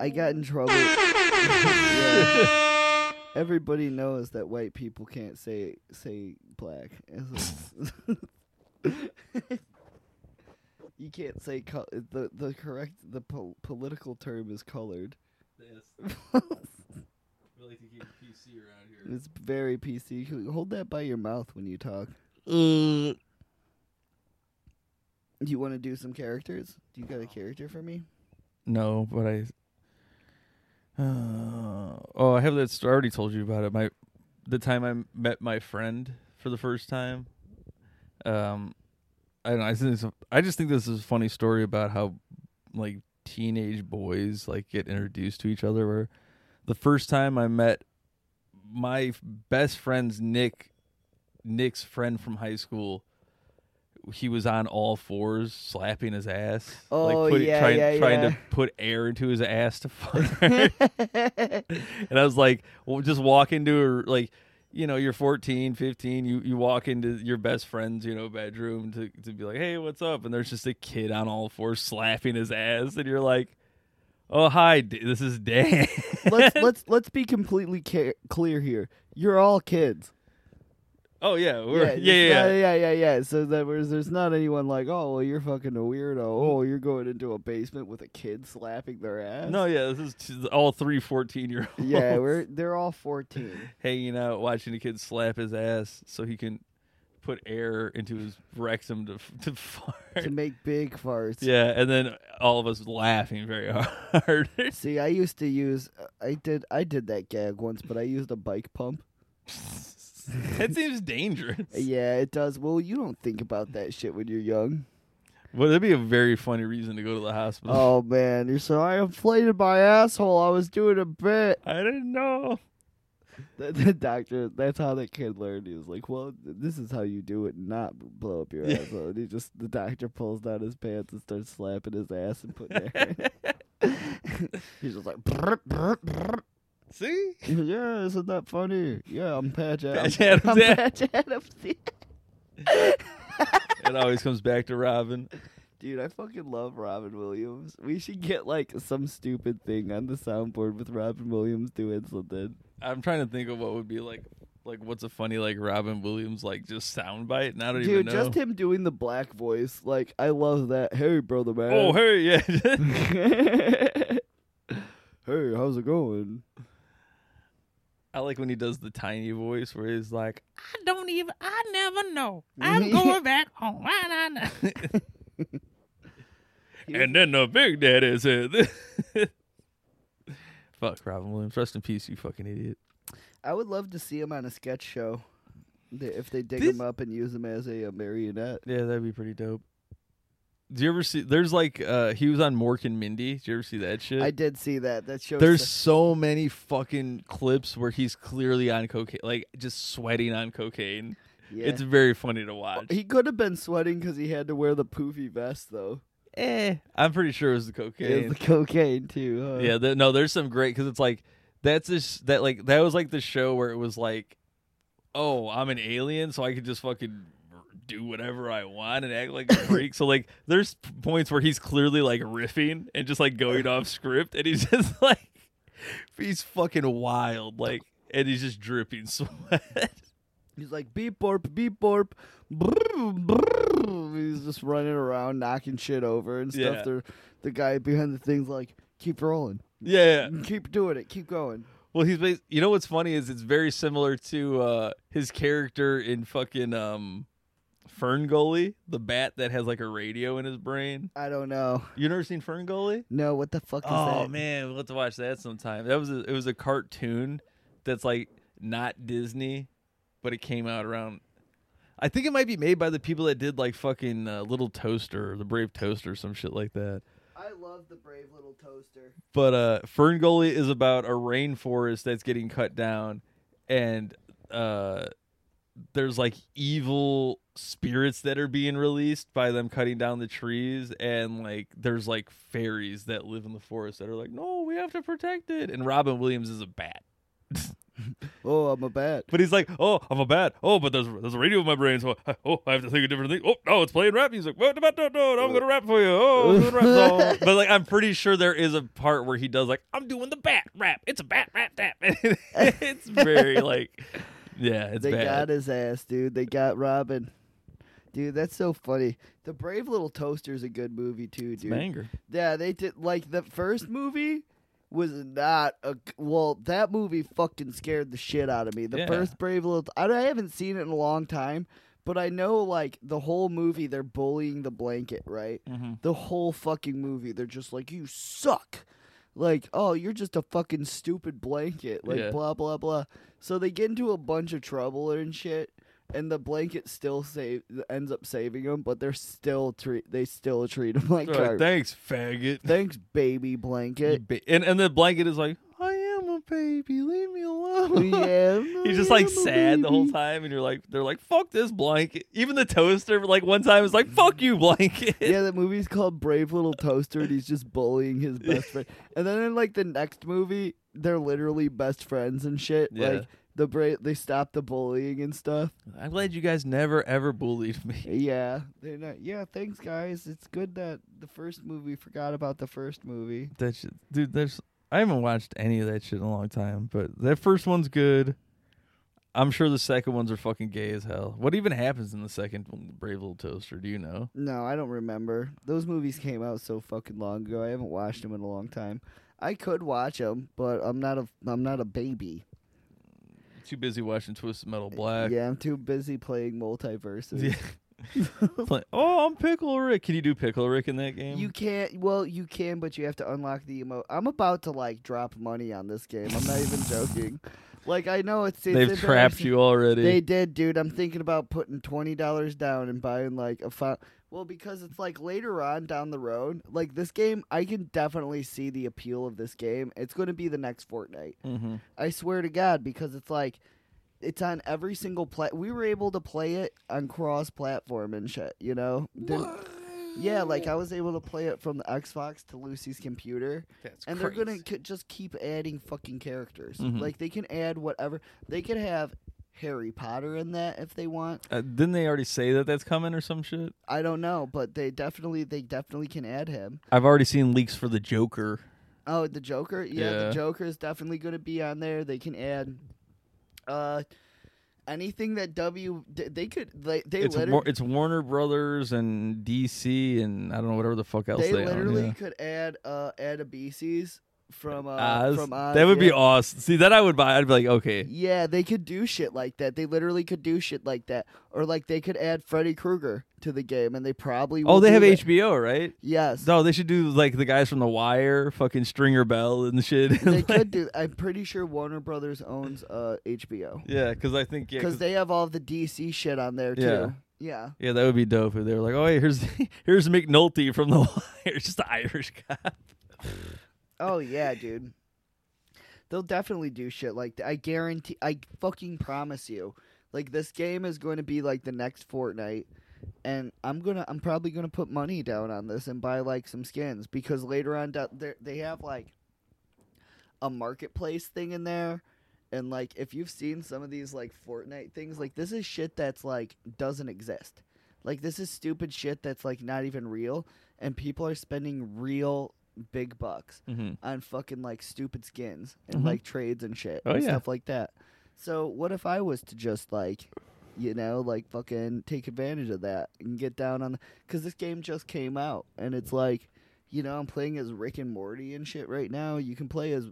Speaker 3: I got in trouble. Yeah. Everybody knows that white people can't say say black. as a- you can't say co- the the correct the po- political term is colored.
Speaker 2: We like to keep PC around here.
Speaker 3: It's very PC. Hold that by your mouth when you talk. You want to do some characters? Do you got a character for me?
Speaker 2: No, but I. Uh, oh, I have that. St- I already told you about it. My, the time I met my friend for the first time. Um, I don't know. I think it's a, I just think this is a funny story about how, like, teenage boys like get introduced to each other. Where the first time I met my f- best friend's Nick, Nick's friend from high school. He was on all fours, slapping his ass.
Speaker 3: Oh,
Speaker 2: putting-
Speaker 3: yeah,
Speaker 2: trying,
Speaker 3: yeah,
Speaker 2: trying
Speaker 3: yeah.
Speaker 2: to put air into his ass to fart. and I was like, well, just walk into her like, you know, you're 14, 15, you, you walk into your best friend's, you know, bedroom to, to be like, hey, what's up? And there's just a kid on all fours slapping his ass. And you're like, oh, hi, D- this is Dan.
Speaker 3: let's let's let's be completely ca- clear here. You're all kids.
Speaker 2: oh, yeah. We're, yeah,
Speaker 3: it's
Speaker 2: yeah, yeah.
Speaker 3: not- yeah, yeah, yeah. So that was, there's not anyone like, oh, well, you're fucking a weirdo.
Speaker 2: Mm.
Speaker 3: Oh, you're going into a basement with a kid slapping their ass.
Speaker 2: No, yeah, this is t- all three 14 year olds.
Speaker 3: yeah, we're they're all 14.
Speaker 2: hanging out, watching a kid slap his ass so he can put air into his rectum to, f- to fart.
Speaker 3: to make big farts.
Speaker 2: Yeah, and then all of us laughing very hard.
Speaker 3: See, I used to use, I did, I did that gag once, but I used a bike pump.
Speaker 2: that seems dangerous.
Speaker 3: Yeah, it does. Well, you don't think about that shit when you're young.
Speaker 2: Well, that'd be a very funny reason to go to the hospital.
Speaker 3: oh man, you're so I inflated my asshole. I was doing a bit.
Speaker 2: I didn't know.
Speaker 3: The, the doctor, that's how the kid learned. He was like, "Well, th- this is how you do it, not b- blow up your
Speaker 2: Yeah.
Speaker 3: asshole." And he just, the doctor pulls down his pants and starts slapping his ass and putting air. in. He's just like, "Brr, brr, brr."
Speaker 2: See?
Speaker 3: "Yeah, isn't that funny? Yeah, I'm Patch Adams.
Speaker 2: Patch Adams,
Speaker 3: I'm
Speaker 2: yeah.
Speaker 3: Patch Adams."
Speaker 2: It always comes back to Robin.
Speaker 3: Dude, I fucking love Robin Williams. We should get like some stupid thing on the soundboard with Robin Williams doing something.
Speaker 2: I'm trying to think of what would be like, like what's a funny like Robin Williams like just soundbite, and I don't even
Speaker 3: Dude,
Speaker 2: know.
Speaker 3: just him doing the black voice, like I love that. Hey, brother, man.
Speaker 2: oh hey, yeah.
Speaker 3: hey, how's it going?
Speaker 2: I like when he does the tiny voice where he's like,
Speaker 7: I don't even. I never know. I'm going back home. I, I, know.
Speaker 2: and then the big daddy said, this." "Fuck Robin Williams, rest in peace, you fucking idiot."
Speaker 3: I would love to see him on a sketch show. They- If they dig
Speaker 2: This-
Speaker 3: him up and use him as a, uh marionette.
Speaker 2: Yeah, that'd be pretty dope. Do you ever see? There's like uh he was on Mork and Mindy. Did you ever see that shit?
Speaker 3: I did see that. That show.
Speaker 2: there's so many fucking clips where he's clearly on cocaine, like just sweating on cocaine.
Speaker 3: yeah. Oh,
Speaker 2: It's very funny to watch.
Speaker 3: he could have been sweating because he had to wear the poofy vest though.
Speaker 2: eh, I'm pretty sure it was the
Speaker 3: It
Speaker 2: cocaine.
Speaker 3: was the cocaine too. Huh?
Speaker 2: yeah, th- no, there's some great because it's like that's this that like that was like the show where it was like, oh, I'm an alien, so I could just fucking do whatever I want and act like a freak. so like, there's p- points where he's clearly like riffing and just like going off script, and he's just like, he's fucking wild, like, and he's just dripping sweat.
Speaker 3: He's like beep borp, beep borp, brrr, brrr. He's just running around knocking shit over and stuff.
Speaker 2: Yeah.
Speaker 3: They're- The guy behind the thing's like, keep rolling,
Speaker 2: yeah.
Speaker 3: keep doing it, keep going.
Speaker 2: Well, he's bas- you know what's funny is it's very similar to uh, his character in fucking um, Fern Gully, the bat that has like a radio in his brain.
Speaker 3: I don't know.
Speaker 2: You never seen Fern Gully?
Speaker 3: No, what the fuck is
Speaker 2: Oh
Speaker 3: that?
Speaker 2: man, we'll have to watch that sometime. That was a, it was a cartoon that's like not Disney, but it came out around. I think it might be made by the people that did like fucking uh, Little Toaster, or the Brave Toaster, or some shit like that.
Speaker 3: I love the brave little toaster.
Speaker 2: But uh, Fern Gully is about a rainforest that's getting cut down, and uh, there's like evil spirits that are being released by them cutting down the trees, and like there's like fairies that live in the forest that are like, no, we have to protect it. And Robin Williams is a bat,
Speaker 3: Oh, I'm a bat.
Speaker 2: but he's like, oh, I'm a bat. Oh, but there's there's a radio in my brain, so I, oh, I have to think of different things. Oh, no, it's playing rap music. What about no, no, no, I'm gonna rap for you. Oh, I'm doing rap song. But like, I'm pretty sure there is a part where he does like, I'm doing the bat rap. It's a bat rap tap. it's very like, yeah, it's
Speaker 3: they
Speaker 2: bad.
Speaker 3: got his ass, dude. They got Robin. Dude, that's so funny. The Brave Little Toaster is a good movie too, dude.
Speaker 2: Banger.
Speaker 3: Yeah, they did like the first movie was not a well. That movie fucking scared the shit out of me. The
Speaker 2: Yeah.
Speaker 3: first Brave Little. I, I haven't seen it in a long time, but I know like the whole movie they're bullying the blanket, right?
Speaker 2: Mm-hmm.
Speaker 3: The whole fucking movie they're just like you suck. Like, oh, you're just a fucking stupid blanket. Like,
Speaker 2: Yeah.
Speaker 3: blah, blah, blah. So they get into a bunch of trouble and shit, and the blanket still save ends up saving them, but they're still treat they still treat them like
Speaker 2: They're
Speaker 3: garbage.
Speaker 2: like, Thanks, faggot.
Speaker 3: Thanks, baby blanket.
Speaker 2: Ba- and and the blanket is like, I am a baby, leave me alone.
Speaker 3: Oh, yeah,
Speaker 2: He's just like
Speaker 3: I'm a
Speaker 2: sad the whole
Speaker 3: baby.
Speaker 2: time, and you're like, they're like, fuck this blanket. Even the toaster, like one time, is like, fuck you, blanket.
Speaker 3: Yeah, the movie's called Brave Little Toaster, and he's just bullying his best friend. And then in like the next movie, they're literally best friends and shit.
Speaker 2: Yeah.
Speaker 3: Like the bra- they stop the bullying and stuff.
Speaker 2: I'm glad you guys never ever bullied me.
Speaker 3: Yeah, they're not. Yeah, thanks guys. It's good that the first movie forgot about the first movie.
Speaker 2: That shit, dude. There's I haven't watched any of that shit in a long time, but that first one's good. I'm sure the second ones are fucking gay as hell. What even happens in the second Brave Little Toaster? Do you know?
Speaker 3: No, I don't remember. Those movies came out so fucking long ago. I haven't watched them in a long time. I could watch them, but I'm not a I'm not a baby.
Speaker 2: Too busy watching Twisted Metal Black.
Speaker 3: Yeah, I'm too busy playing multiverses.
Speaker 2: Play- oh, I'm Pickle Rick. Can you do Pickle Rick in that game?
Speaker 3: You can't. Well, you can, but you have to unlock the emo. I'm about to like drop money on this game. I'm not even joking. Like I know it's, it's
Speaker 2: They've trapped
Speaker 3: embarrassing.
Speaker 2: you already.
Speaker 3: They did, dude. I'm thinking about putting twenty dollars down and buying like a fi- well because it's like later on down the road. Like this game, I can definitely see the appeal of this game. It's going to be the next Fortnite.
Speaker 2: mm-hmm.
Speaker 3: I swear to God, because it's like it's on every single plat. We were able to play it on cross platform and shit. You know, Didn't- yeah, like I was able to play it from the Xbox to Lucy's computer,
Speaker 2: That's
Speaker 3: and they're gonna c- just keep adding fucking characters.
Speaker 2: Mhm.
Speaker 3: Like they can add whatever they could have. Harry Potter in that if they want.
Speaker 2: Uh, didn't they already say that that's coming or some shit?
Speaker 3: I don't know, but they definitely they definitely can add him.
Speaker 2: I've already seen leaks for the Joker.
Speaker 3: Oh, the Joker. Yeah,
Speaker 2: Yeah.
Speaker 3: the Joker is definitely going to be on there. They can add uh anything that W they- they could they they
Speaker 2: It's
Speaker 3: liter-
Speaker 2: War- it's Warner Brothers and DC and I don't know whatever the fuck else
Speaker 3: they
Speaker 2: they, own,
Speaker 3: literally
Speaker 2: yeah.
Speaker 3: could add uh add Abises from uh
Speaker 2: Oz.
Speaker 3: from Oz.
Speaker 2: that would be
Speaker 3: yeah.
Speaker 2: awesome. See, that I would buy. I'd be like, okay,
Speaker 3: Yeah, they could do shit like that. They literally could do shit like that, or like they could add Freddy Krueger to the game, and they probably.
Speaker 2: oh,
Speaker 3: will
Speaker 2: they
Speaker 3: do
Speaker 2: have
Speaker 3: that.
Speaker 2: HBO, right?
Speaker 3: Yes,
Speaker 2: No, they should do like the guys from The Wire, fucking Stringer Bell and shit.
Speaker 3: they could do. I'm pretty sure Warner Brothers owns uh HBO
Speaker 2: Yeah, because I think yeah,
Speaker 3: because
Speaker 2: 'cause-
Speaker 3: they have all the DC shit on there too.
Speaker 2: Yeah.
Speaker 3: yeah.
Speaker 2: yeah, that would be dope if they were like, oh, hey, here's here's McNulty from The Wire, just the Irish guy.
Speaker 3: Oh yeah, dude. They'll definitely do shit like that. I guarantee. I fucking promise you. Like this game is going to be like the next Fortnite, and I'm gonna. I'm probably gonna put money down on this and buy like some skins because later on down there they have like a marketplace thing in there. And like, if you've seen some of these like Fortnite things, like this is shit that's like doesn't exist. Like this is stupid shit that's like not even real, and people are spending real big bucks
Speaker 2: Mhm.
Speaker 3: on fucking like stupid skins and
Speaker 2: Mhm.
Speaker 3: like trades and shit
Speaker 2: Oh,
Speaker 3: and
Speaker 2: yeah.
Speaker 3: stuff like that. So what if I was to just like, you know, like fucking take advantage of that and get down on the because this game just came out and it's like, you know, I'm playing as Rick and Morty and shit right now. You can play as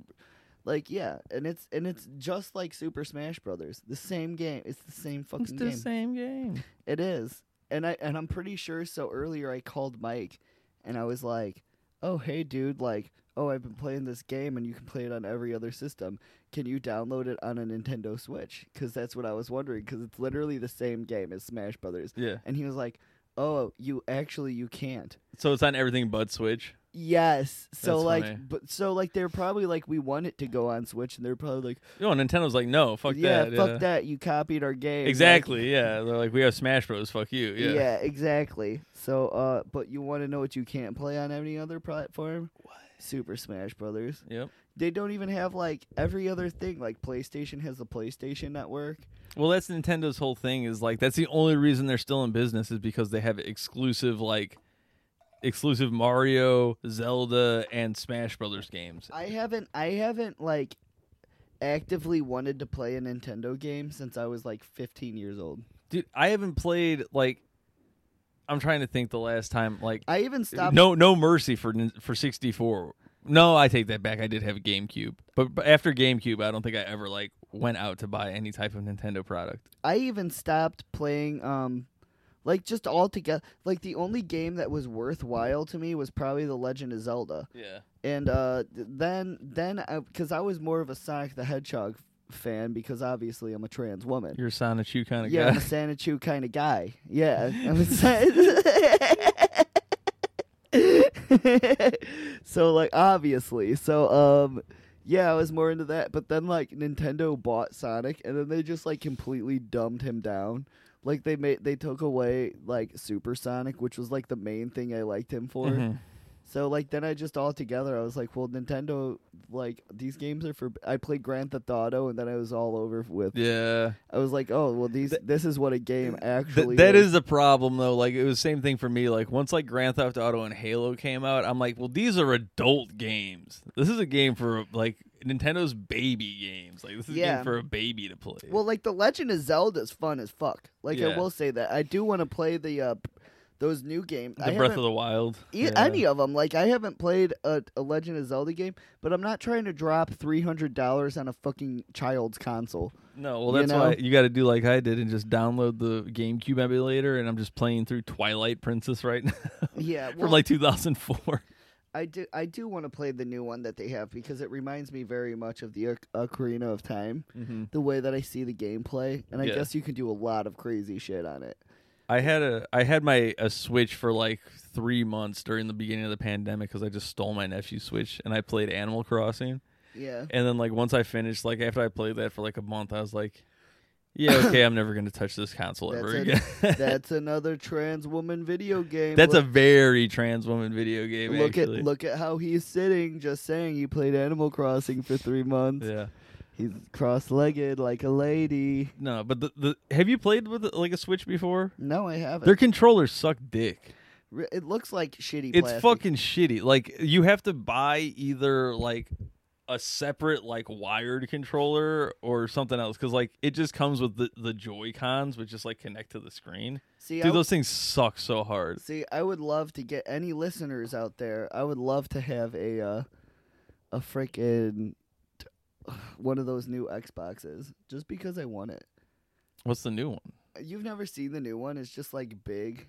Speaker 3: Like yeah, and it's and it's just like Super Smash Brothers. The same game. It's the same fucking
Speaker 2: It's the
Speaker 3: game.
Speaker 2: same game.
Speaker 3: It is. And I and I'm pretty sure so earlier I called Mike and I was like, "Oh, hey dude, like, oh, I've been playing this game and you can play it on every other system. Can you download it on a Nintendo Switch?" Cuz that's what I was wondering cuz it's literally the same game as Smash Brothers.
Speaker 2: Yeah.
Speaker 3: And he was like, "Oh, you actually you can't."
Speaker 2: So it's on everything but Switch.
Speaker 3: Yes. So
Speaker 2: That's
Speaker 3: like
Speaker 2: funny.
Speaker 3: but so like they're probably like we want it to go on Switch and they're probably like,
Speaker 2: No, Nintendo's like, no, fuck
Speaker 3: "Yeah,
Speaker 2: that.
Speaker 3: fuck
Speaker 2: yeah.
Speaker 3: that. You copied our game." Like,
Speaker 2: Exactly. Yeah. They're like, we have Smash Bros. Fuck you.
Speaker 3: Yeah.
Speaker 2: Yeah.
Speaker 3: exactly. So, uh, but you want to know what you can't play on any other platform? What? Super Smash Brothers.
Speaker 2: Yep.
Speaker 3: They don't even have like every other thing. Like PlayStation has the PlayStation Network.
Speaker 2: Well, that's Nintendo's whole thing is like that's the only reason they're still in business is because they have exclusive like exclusive Mario, Zelda, and Smash Brothers games.
Speaker 3: I haven't, I haven't like actively wanted to play a Nintendo game since I was like 15 years old.
Speaker 2: Dude, I haven't played like I'm trying to think the last time like
Speaker 3: I even stopped.
Speaker 2: Uh, no no mercy for nin- for 64. No, I take that back. I did have a GameCube, but, but after GameCube, I don't think I ever like went out to buy any type of Nintendo product.
Speaker 3: I even stopped playing um like just altogether like the only game that was worthwhile to me was probably The Legend of Zelda.
Speaker 2: Yeah.
Speaker 3: And uh th- then then because I, was more of a Sonic the Hedgehog fan because obviously I'm a trans woman.
Speaker 2: You're a Sonichu kind of
Speaker 3: yeah, I'm
Speaker 2: guy.
Speaker 3: a Sanichu kind of guy. Yeah, I'm a San- so like obviously, so um, yeah, I was more into that. But then like Nintendo bought Sonic, and then they just like completely dumbed him down. Like they made they took away like Super Sonic, which was like the main thing I liked him for.
Speaker 2: Mhm.
Speaker 3: So like then I just altogether I was like, well, Nintendo like these games are for. I played Grand Theft Auto, and then I was all over with
Speaker 2: Yeah.
Speaker 3: I was like, oh well, these this is what a game
Speaker 2: Th-
Speaker 3: actually.
Speaker 2: that is the problem though. Like it was same thing for me. Like once like Grand Theft Auto and Halo came out, I'm like, well, these are adult games. This is a game for like Nintendo's baby games. Like this is a
Speaker 3: Yeah.
Speaker 2: game for a baby to play.
Speaker 3: well, like the Legend of Zelda is fun as fuck. Like I
Speaker 2: Yeah.
Speaker 3: will say that I do want to play the uh, those new games.
Speaker 2: the Breath of the Wild. Yeah.
Speaker 3: e, Any of them, like I haven't played a, a Legend of Zelda game, but I'm not trying to drop three hundred dollars on a fucking child's console.
Speaker 2: No, well
Speaker 3: you
Speaker 2: that's
Speaker 3: know?
Speaker 2: why you got to do like I did and just download the GameCube emulator. And I'm just playing through Twilight Princess right now
Speaker 3: Yeah,
Speaker 2: from
Speaker 3: well,
Speaker 2: like 2004.
Speaker 3: I do, I do want to play the new one that they have because it reminds me very much of the Oc- Ocarina of Time,
Speaker 2: Mm-hmm.
Speaker 3: the way that I see the gameplay, and I
Speaker 2: Yeah.
Speaker 3: guess you can do a lot of crazy shit on it.
Speaker 2: I had a I had my a Switch for like three months during the beginning of the pandemic because I just stole my nephew's Switch and I played Animal Crossing.
Speaker 3: Yeah.
Speaker 2: And then like once I finished, like after I played that for like a month, I was like, yeah, okay, I'm never gonna touch this console ever
Speaker 3: That's
Speaker 2: again.
Speaker 3: That's another trans woman video game.
Speaker 2: That's a
Speaker 3: look,
Speaker 2: very trans woman video game.
Speaker 3: look at
Speaker 2: actually.
Speaker 3: look at how he's sitting. Just saying, he played Animal Crossing for three months.
Speaker 2: Yeah.
Speaker 3: He's cross-legged like a lady.
Speaker 2: No, but the, the have you played with like a Switch before?
Speaker 3: No, I haven't.
Speaker 2: Their controllers suck dick.
Speaker 3: Re- it looks like shitty.
Speaker 2: it's
Speaker 3: plastic.
Speaker 2: fucking shitty. Like you have to buy either like a separate like wired controller or something else because like it just comes with the the Joy Cons which just like connect to the screen.
Speaker 3: See, I
Speaker 2: Dude,
Speaker 3: w-
Speaker 2: those things suck so hard.
Speaker 3: see, I would love to get any listeners out there. I would love to have a uh, a freaking t- one of those new Xboxes, just because I want it.
Speaker 2: What's the new one?
Speaker 3: You've never seen the new one. It's just like big.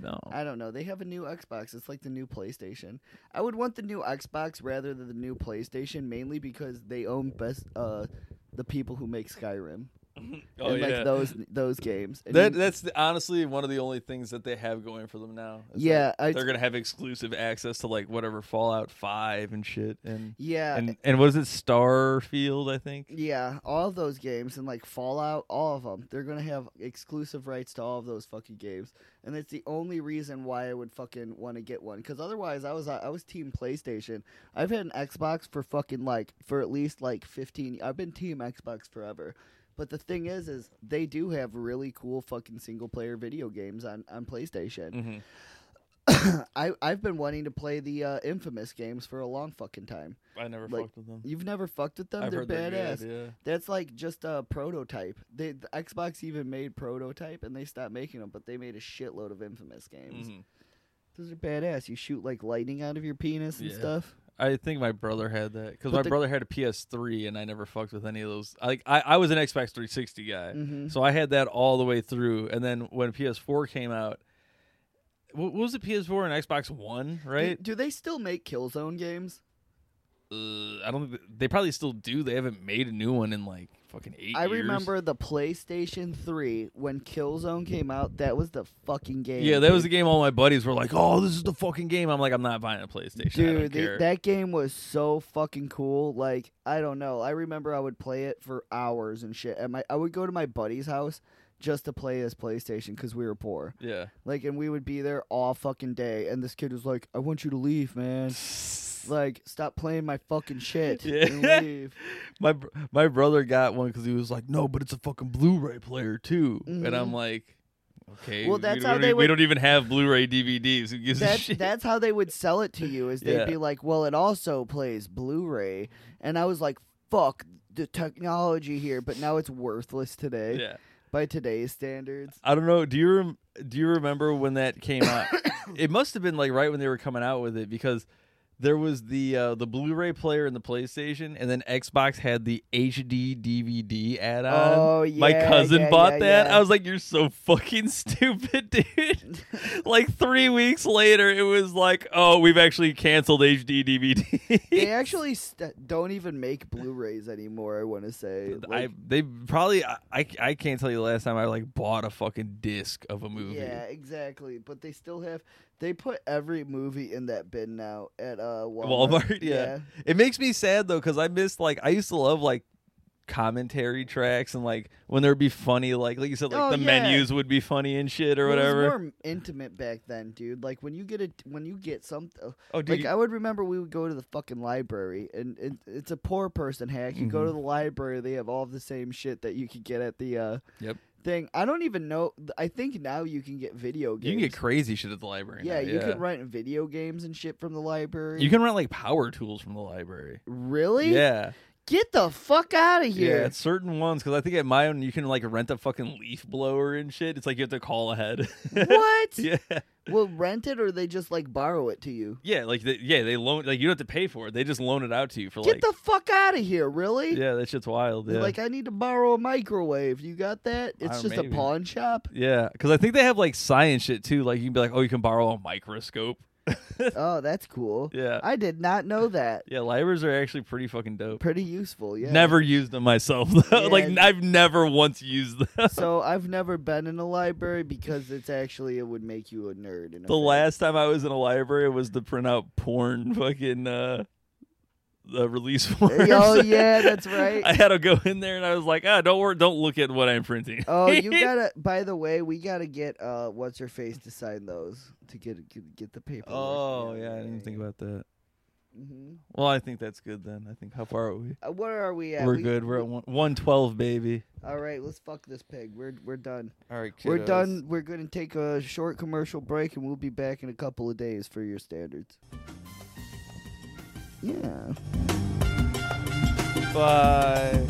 Speaker 2: No,
Speaker 3: I don't know. They have a new Xbox. It's like the new PlayStation. I would want the new Xbox rather than the new PlayStation, mainly because they own best uh the people who make Skyrim
Speaker 2: oh
Speaker 3: and
Speaker 2: yeah,
Speaker 3: like those those games. And
Speaker 2: that
Speaker 3: you-
Speaker 2: that's the, honestly one of the only things that they have going for them now. is that
Speaker 3: yeah, I,
Speaker 2: they're gonna have exclusive access to like whatever Fallout Five and shit and.
Speaker 3: yeah, eh
Speaker 2: And and what is it Starfield? I think.
Speaker 3: yeah. All of those games and like Fallout, all of them. They're gonna have exclusive rights to all of those fucking games, and it's the only reason why I would fucking want to get one. Because otherwise, I was I was team PlayStation. I've had an Xbox for fucking like for at least like 15 I've been team Xbox forever. But the thing is is they do have really cool fucking single player video games on on PlayStation.
Speaker 2: Mhm. Mm-hmm.
Speaker 3: I I've been wanting to play the uh, Infamous games for a long fucking time.
Speaker 2: I never
Speaker 3: Like,
Speaker 2: fucked with them.
Speaker 3: You've never fucked with them.
Speaker 2: I've
Speaker 3: they're
Speaker 2: heard they're
Speaker 3: badass.
Speaker 2: good, yeah.
Speaker 3: That's like just a prototype. They the Xbox even made prototype and they stopped making them, but they made a shitload of Infamous games.
Speaker 2: Mhm.
Speaker 3: Those are badass. You shoot like lightning out of your penis and
Speaker 2: Yeah.
Speaker 3: stuff.
Speaker 2: I think my brother had that because
Speaker 3: But
Speaker 2: my
Speaker 3: the-
Speaker 2: brother had a PS3 and I never fucked with any of those. Like I, I was an Xbox 360 guy,
Speaker 3: Mm-hmm.
Speaker 2: so I had that all the way through. And then when PS4 came out, wh- what was it? PS4 and Xbox One, right?
Speaker 3: Do, do they still make Killzone games?
Speaker 2: uh, I don't. think They probably still do. They haven't made a new one in like fucking eight.
Speaker 3: I
Speaker 2: years.
Speaker 3: remember the PlayStation 3 when Killzone came out. That was the fucking game.
Speaker 2: Yeah, that was the
Speaker 3: dude.
Speaker 2: game. All my buddies were like, "Oh, this is the fucking game." I'm like, "I'm not buying a PlayStation." I don't
Speaker 3: Dude, the-
Speaker 2: care.
Speaker 3: that game was so fucking cool. Like, I don't know. I remember I would play it for hours and shit. And my, I would go to my buddy's house just to play his PlayStation because we were poor.
Speaker 2: yeah.
Speaker 3: Like, and we would be there all fucking day. And this kid was like, "I want you to leave, man. Like, stop playing my fucking shit
Speaker 2: Yeah.
Speaker 3: and leave."
Speaker 2: my br- my brother got one because he was like, "No, but it's a fucking Blu-ray player too," and I'm like, "Okay,
Speaker 3: Mm-hmm. Well,
Speaker 2: we-
Speaker 3: that's
Speaker 2: we,
Speaker 3: how
Speaker 2: don't,
Speaker 3: they
Speaker 2: e- we
Speaker 3: would-
Speaker 2: don't even have Blu-ray DVDs. Who gives a
Speaker 3: That's
Speaker 2: shit?"
Speaker 3: that's how they would sell it to you. Is they'd
Speaker 2: Yeah.
Speaker 3: be like, "Well, it also plays Blu-ray," and I was like, "Fuck the technology here," but now it's worthless today
Speaker 2: yeah,
Speaker 3: by today's standards.
Speaker 2: I don't know. Do you rem- do you remember when that came out? it must have been like right when they were coming out with it because there was the uh, the Blu-ray player and the PlayStation, and then Xbox had the HD DVD add-on.
Speaker 3: Oh,
Speaker 2: my
Speaker 3: yeah,
Speaker 2: cousin
Speaker 3: yeah,
Speaker 2: bought
Speaker 3: yeah,
Speaker 2: that.
Speaker 3: yeah.
Speaker 2: I was like, "You're so fucking stupid, dude!" like three weeks later, it was like, "Oh, we've actually canceled HD DVD."
Speaker 3: They actually st- don't even make Blu-rays anymore. I want to say.
Speaker 2: I
Speaker 3: Like,
Speaker 2: they probably I, I I can't tell you the last time I like bought a fucking disc of a movie.
Speaker 3: yeah, exactly. But they still have. They put every movie in that bin now at uh Walmart.
Speaker 2: Walmart. Yeah. it makes me sad though because I miss like I used to love like commentary tracks and like when there'd be funny like like you said like
Speaker 3: Oh,
Speaker 2: the
Speaker 3: yeah.
Speaker 2: menus would be funny and shit or
Speaker 3: Well, it was
Speaker 2: whatever.
Speaker 3: more intimate back then, dude. Like when you get a when you get something.
Speaker 2: oh, dude,
Speaker 3: like
Speaker 2: you-
Speaker 3: I would remember, we would go to the fucking library, and it, it's a poor person hack. You
Speaker 2: Mm-hmm.
Speaker 3: go to the library, they have all the same shit that you could get at the uh,
Speaker 2: Yep.
Speaker 3: thing. I don't even know. I think now you can get video games.
Speaker 2: you can get crazy shit at the library. now,
Speaker 3: yeah, you can rent video games and shit from the library.
Speaker 2: You can rent like power tools from the library.
Speaker 3: really?
Speaker 2: Yeah,
Speaker 3: Get the fuck out of
Speaker 2: yeah,
Speaker 3: here.
Speaker 2: it's certain ones because I think at my own you can like rent a fucking leaf blower and shit. It's like you have to call ahead.
Speaker 3: what?
Speaker 2: yeah,
Speaker 3: Well, rent it or they just like borrow it to you.
Speaker 2: yeah, like they, yeah, they loan like you don't have to pay for it. They just loan it out to you for like
Speaker 3: Get the fuck out of here, really?
Speaker 2: yeah, that shit's wild. Yeah.
Speaker 3: Like I need to borrow a microwave. You got that? It's
Speaker 2: Uh,
Speaker 3: just
Speaker 2: maybe.
Speaker 3: a pawn shop.
Speaker 2: Yeah, because I think they have like science shit too. Like you can be like, oh, you can borrow a microscope.
Speaker 3: Oh, that's cool.
Speaker 2: Yeah.
Speaker 3: I did not know that.
Speaker 2: Yeah, libraries are actually pretty fucking dope.
Speaker 3: Pretty useful, yeah.
Speaker 2: Never used them myself though.
Speaker 3: Yeah,
Speaker 2: like
Speaker 3: it's-
Speaker 2: I've never once used them.
Speaker 3: So I've never been in a library because it's actually it would make you a nerd. In a
Speaker 2: the
Speaker 3: way.
Speaker 2: last time I was in a library was to print out porn fucking uh the release forms.
Speaker 3: Oh, yeah, that's right.
Speaker 2: I had to go in there and I was like, ah, don't worry, don't look at what I'm printing.
Speaker 3: Oh, you gotta. By the way, we gotta get uh, what's her face to sign those to get get, get the paper.
Speaker 2: Oh yeah, I didn't think about that.
Speaker 3: hmm
Speaker 2: Well, I think that's good then. I think how far are we?
Speaker 3: Uh, where are we at?
Speaker 2: We're
Speaker 3: We-
Speaker 2: good. We're at one one twelve, baby.
Speaker 3: All right, let's fuck this pig. We're we're done.
Speaker 2: All right,
Speaker 3: We're done. We're gonna take a short commercial break, and we'll be back in a couple of days for your standards. Yeah.
Speaker 2: Bye.